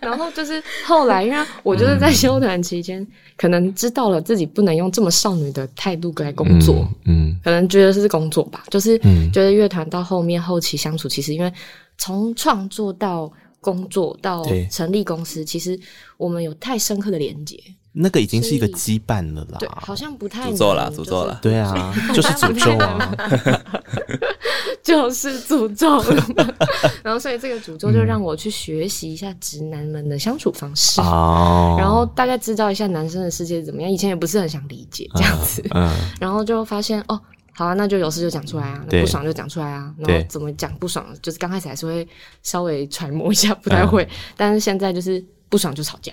然后就是后来，因为我就是嗯在修团期间，可能知道了自己不能用这么少女的态度来工作，嗯，可能觉得是工作吧，就是嗯觉得乐团到后面后期相处，其实因为从创作到工作到对成立公司，其实我们有太深刻的连接，那个已经是一个羁绊了对，啦。好像不太啊诅咒啦能诅咒啦，对啊，就是诅咒啊！就是就是诅咒了。 然后所以这个诅咒就让我去学习一下直男们的相处方式。哦，然后大概知道一下男生的世界是怎么样，以前也不是很想理解这样子，嗯，然后就发现哦，好啊，那就有事就讲出来啊，对那不爽就讲出来啊，然对后怎么讲不爽，就是刚开始还是会稍微揣摩一下，不太啊会，但是现在就是不爽就吵架，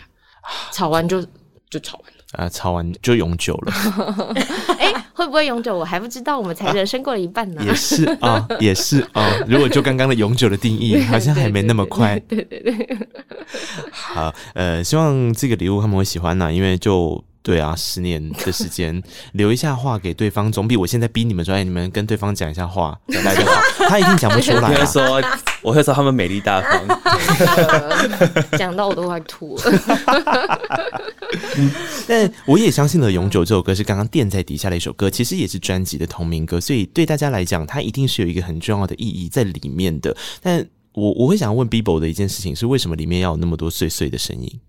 吵完就就吵完了。啊，吵完就永久了，哎、会不会永久我还不知道，我们才人生过了一半呢。也是啊，也是啊。如果就刚刚的永久的定义，好像还没那么快。对对对，好，呃，希望这个礼物他们会喜欢呐、因为就对啊，十年的时间留一下话给对方，总比我现在逼你们说，哎，你们跟对方讲一下话来得好。他一定讲不出我来、会啊。说，我会说他们美丽大 方， 讲到我都快吐了。但我也相信了《永久》这首歌是刚刚垫在底下的一首歌，其实也是专辑的同名歌，所以对大家来讲，它一定是有一个很重要的意义在里面的。但我我会想问 Bibo 的一件事情是，为什么里面要有那么多碎碎的声音？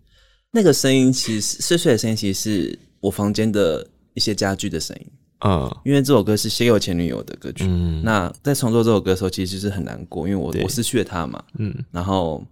那个声音其实碎碎的声音，其实是我房间的一些家具的声音。嗯因为这首歌是写给我前女友的歌曲。嗯那在创作这首歌的时候，其实就是很难过，因为我对我失去了她嘛。嗯，然后，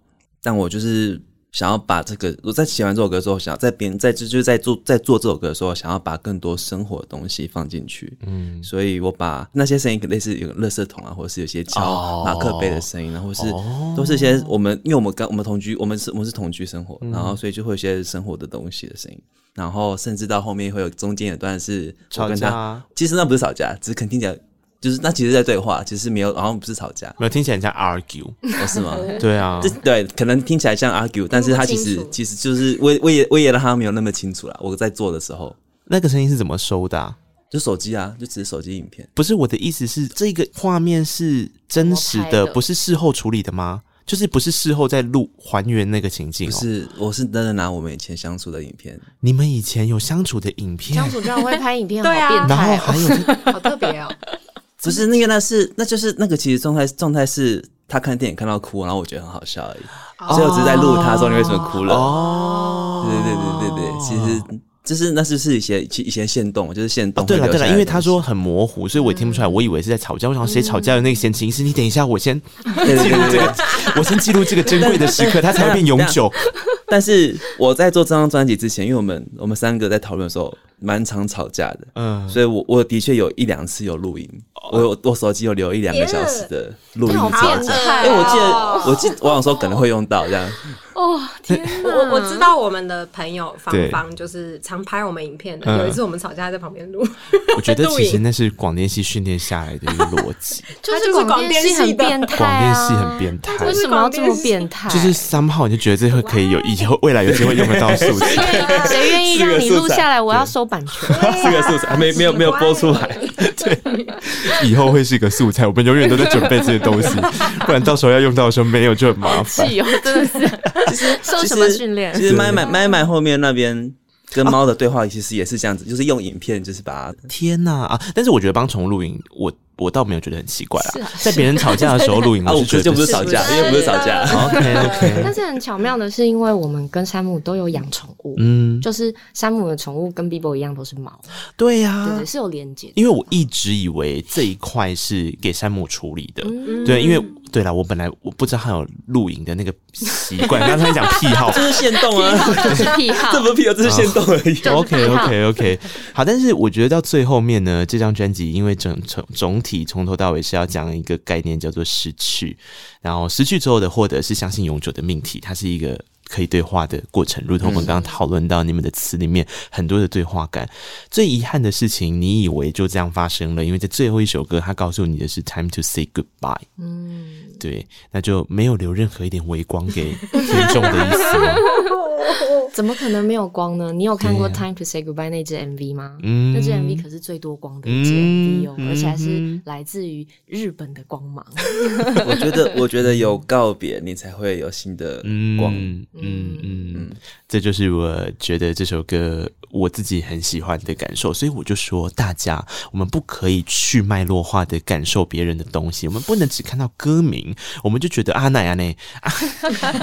但我就是想要把这个，我在写完这首歌之后，想要在编，在就就是在做在做这首歌的时候，想要把更多生活的东西放进去。嗯，所以我把那些声音，类似有垃圾桶啊，或者是有些敲、哦马克杯的声音，然啊后是、哦都是一些我们，因为我们刚我们同居，我们是我们是同居生嗯活，然后所以就会有一些生活的东西的声音，然后甚至到后面会有中间有段是我吵跟架他，啊，，其实那不是吵架，只是肯定讲，就是那其实在对话，其实没有，好像不是吵架 没有听起来很像 argue，哦是吗？对啊这，对，可能听起来像 argue，但是他其听不实清楚其实就是我也我也我也让他没有那么清楚啦。我在做的时候，那个声音是怎么收的、啊？就手机啊，就只是手机影片。不是我的意思是，这个画面是真实怎么的，拍的不是事后处理的吗？就是不是事后再录还原那个情境不哦？是，我是真的拿我们以前相处的影片，你们以前有相处的影片相，处这样会拍影片，好对啊变然后态哦。还 有这好特别哦，不是那个，那是那就是那个，其实状态状态是他看电影看到哭，然后我觉得很好笑而已，所以我只是在录他说你为什么哭了。哦，对对对对对对，其实就是那就是一些以前线动，就是线哦动、对了对了，了，因为他说很模糊，所以我也听不出来，我以为是在吵架。我想谁吵架的那个闲情是你等一下，我 先对对对对对， 我先记录这个珍贵的时刻，它才会变永久。但是我在做这张专辑之前，因为我们我们三个在讨论的时候蛮常吵架的，嗯，所以我我的确有一两次有录音，我有我手机有留一两个小时的录音的吵架。哎哎，我记得我记得我想说可能会用到这样，我我知道我们的朋友芳对芳就是常拍我们影片的，嗯有一次我们吵架在旁边录， 我觉得其实那是广电系训练下来的一个逻辑，就就是是广电系系很的变态、广啊，电系很变态。为什么要这么变 态？就是三号，你就觉得这会可以有以后未来有机会用得到素材，谁愿意让你录下来？我要收版权。这个素材还没没有没有播出来，以后会是一个素材。我们永远都在准备这些 东西，不然到时候要用到的时候没有就很麻烦。气哦，真的 是其实受什么训练其实麦麦麦麦后面那边跟猫的对话其实也是这样子，就是用影片就是把它天呐啊！但是我觉得帮宠物录影，我我倒没有觉得很奇怪是啦啊。在别人吵架的时候 录影，啊，我我可是是觉就得不是吵架，因为不是吵啊架， OK 但 OK，是很巧妙的是，因为我们跟山姆都有养宠物，嗯，就是山姆的宠物跟 Bibo 一样都是猫，对呀、对对，是有连接的。因为我一直以为这一块是给山姆处理的，嗯 对，因为对啦，我本来我不知道他有录影的那个习 惯，刚才讲癖好，这是限动 啊，就是癖好这，不是屁哦，这是限动而已。 OK OK OK，好，但是我觉得到最后面呢，这张专辑因为整整总体从头到尾是要讲一个概念叫做失去，然后失去之后的获得是相信永久的命题，它是一个可以对话的过程，如同我们刚刚讨论到，你们的词里面很多的对话感。最遗憾的事情，你以为就这样发生了，因为在最后一首歌，他告诉你的是 “time to say goodbye”。嗯，对，那就没有留任何一点微光给听众的意思了。 怎么可能没有光呢？你有看过《对啊 Time to Say Goodbye》那支 MV 吗？嗯嗯那支 MV 可是最多光的一支 MV 哦，而且还是来自于日本的光 芒。 我觉得，我觉得有告别，你才会有新的光。嗯嗯嗯，这就是我觉得这首歌我自己很喜欢的感受，所以我就说，大家我们不可以去脉络化的感受别人的东西，我们不能只看到歌名，我们就觉得啊那样呢， 啊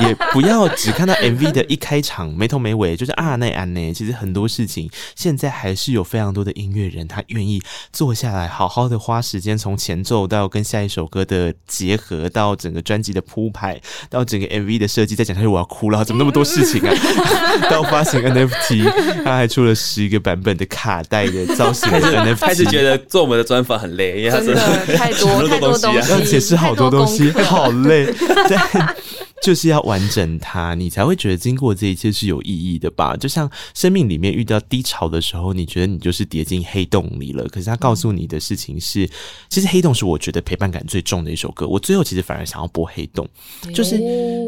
也不要只看到 MV 的一开场没头没尾，就是啊那样呢。其实很多事情现在还是有非常多的音乐人，他愿意坐下来好好的花时间，从前奏到跟下一首歌的结合，到整个专辑的铺排，到整个 MV 的设计，再讲下去我要哭了，怎么那么多事情啊？ 到发行 NFT，他还出了十一个版本的卡带的造型的 NFT，开始觉得做我们的专访很累，因为它真的太多太多东啊西，要解释好多多东西，功课好累，但就是要完整它，你才会觉得经过这一切是有意义的吧？就像生命里面遇到低潮的时候，你觉得你就是跌进黑洞里了，可是他告诉你的事情是，其实黑洞是我觉得陪伴感最重的一首歌。我最后其实反而想要播黑洞，就是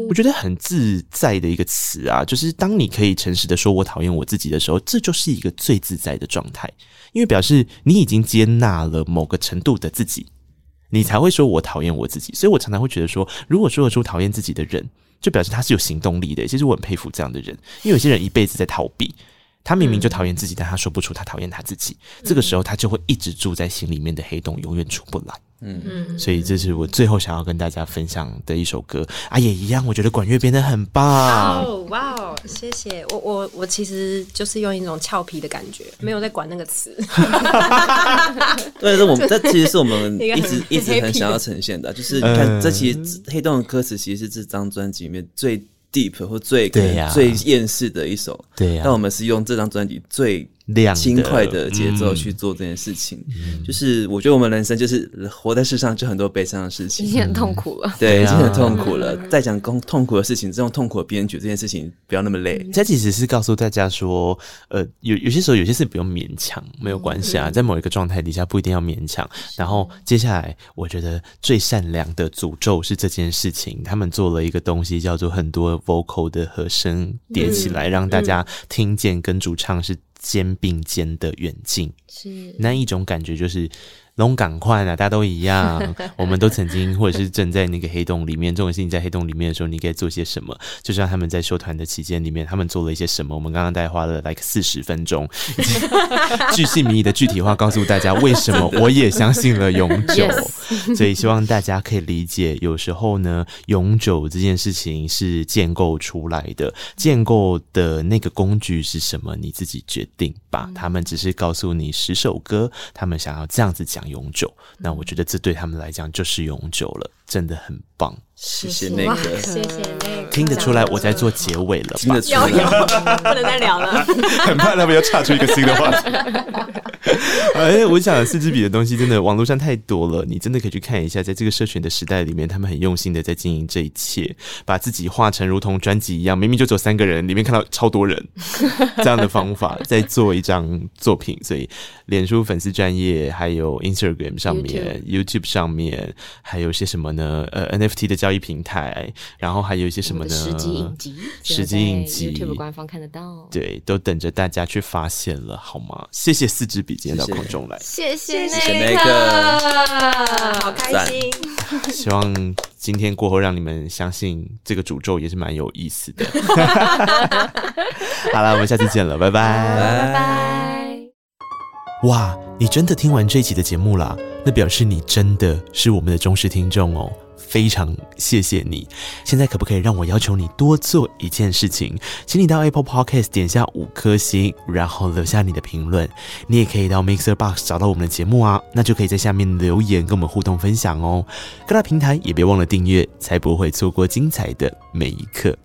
我觉得很自在的一个词啊，就是当你可以诚实的说我讨厌我自己的时候，这就是一个最自在的状态，因为表示你已经接纳了某个程度的自己。你才会说我讨厌我自己。所以我常常会觉得说，如果说得出讨厌自己的人，就表示他是有行动力的。其实我很佩服这样的人，因为有些人一辈子在逃避。他明明就讨厌自己，但他说不出他讨厌他自己。这个时候，他就会一直住在心里面的黑洞，永远出不来。嗯，所以这是我最后想要跟大家分享的一首歌啊，也一样，我觉得管乐编得很棒。哦，哇哦，谢谢我我我其实就是用一种俏皮的感觉，没有在管那个词。 对，这我们这其实是我们一个一很直一直很想要呈现的，啊就是你看，嗯这其实黑洞的歌词其实是这张专辑里面最 deep 或最对呀最厌世的一首，对呀啊但我们是用这张专辑最亮的轻快的节奏嗯去做这件事情，就是我觉得我们人生就是活在世上就很多悲伤的事已情，经很痛苦了。对，已经对很啊痛苦了。再讲痛痛苦的事情，这种痛苦的编曲这件事情，不要那么累。这其实是告诉大家说，呃，有有些时候有些事不用勉强，没有关系啊，在某一个状态底下不一定要勉强。然后接下来，我觉得最善良的诅咒是这件事情，他们做了一个东西叫做很多 vocal 的和声叠起来，让大家听见跟主唱是肩并肩的远近。嗯是那一种感觉就是龙港快啊，大家都一样，我们都曾经或者是正在那个黑洞里面。重点是你在黑洞里面的时候，你该做些什么？就像他们在秀团的期间里面，他们做了一些什么？我们刚刚大概花了 like 四十分钟，已经巨细靡遗的具体化告诉大家为什么我也相信了永久。所以希望大家可以理解，有时候呢，永久这件事情是建构出来的，建构的那个工具是什么，你自己决定吧。他们只是告诉你十首歌，他们想要这样子讲永久，那我觉得这对他们来讲就是永久了，真的很棒。谢谢那个谢谢那个听得出来我在做结尾了听吧得？出来， 不能再聊了。 很怕他们要岔出一个新的话题。 哎，我想四支笔的东西真的网络上太多了，你真的可以去看一下，在这个社群的时代里面，他们很用心的在经营这一切，把自己画成如同专辑一样，明明就只有三个人，里面看到超多 人这样的方法，在做一张作品。所以，脸书粉丝专业，还有 Instagram 上面、YouTube, 上面，还有些什么呢？呃，NFT 的交易平台，然后还有一些什我么们呢？的实际影集，只实有在际影集 YouTube 官方看得到。对，都等着大家去发现了，好吗？谢谢四支笔今天到谢谢空中来，谢谢谢谢那个。好开心，希望今天过后让你们相信这个诅咒也是蛮有意思的。 好了，我们下次见了，拜 拜。拜哇，你真的听完这一期的节目啦？那表示你真的是我们的忠实听众哦。非常谢谢你！现在可不可以让我要求你多做一件事情？请你到 Apple Podcast 点下五颗星，然后留下你的评论。你也可以到 Mixer Box 找到我们的节目啊，那就可以在下面留言跟我们互动分享哦。各大平台也别忘了订阅，才不会错过精彩的每一刻。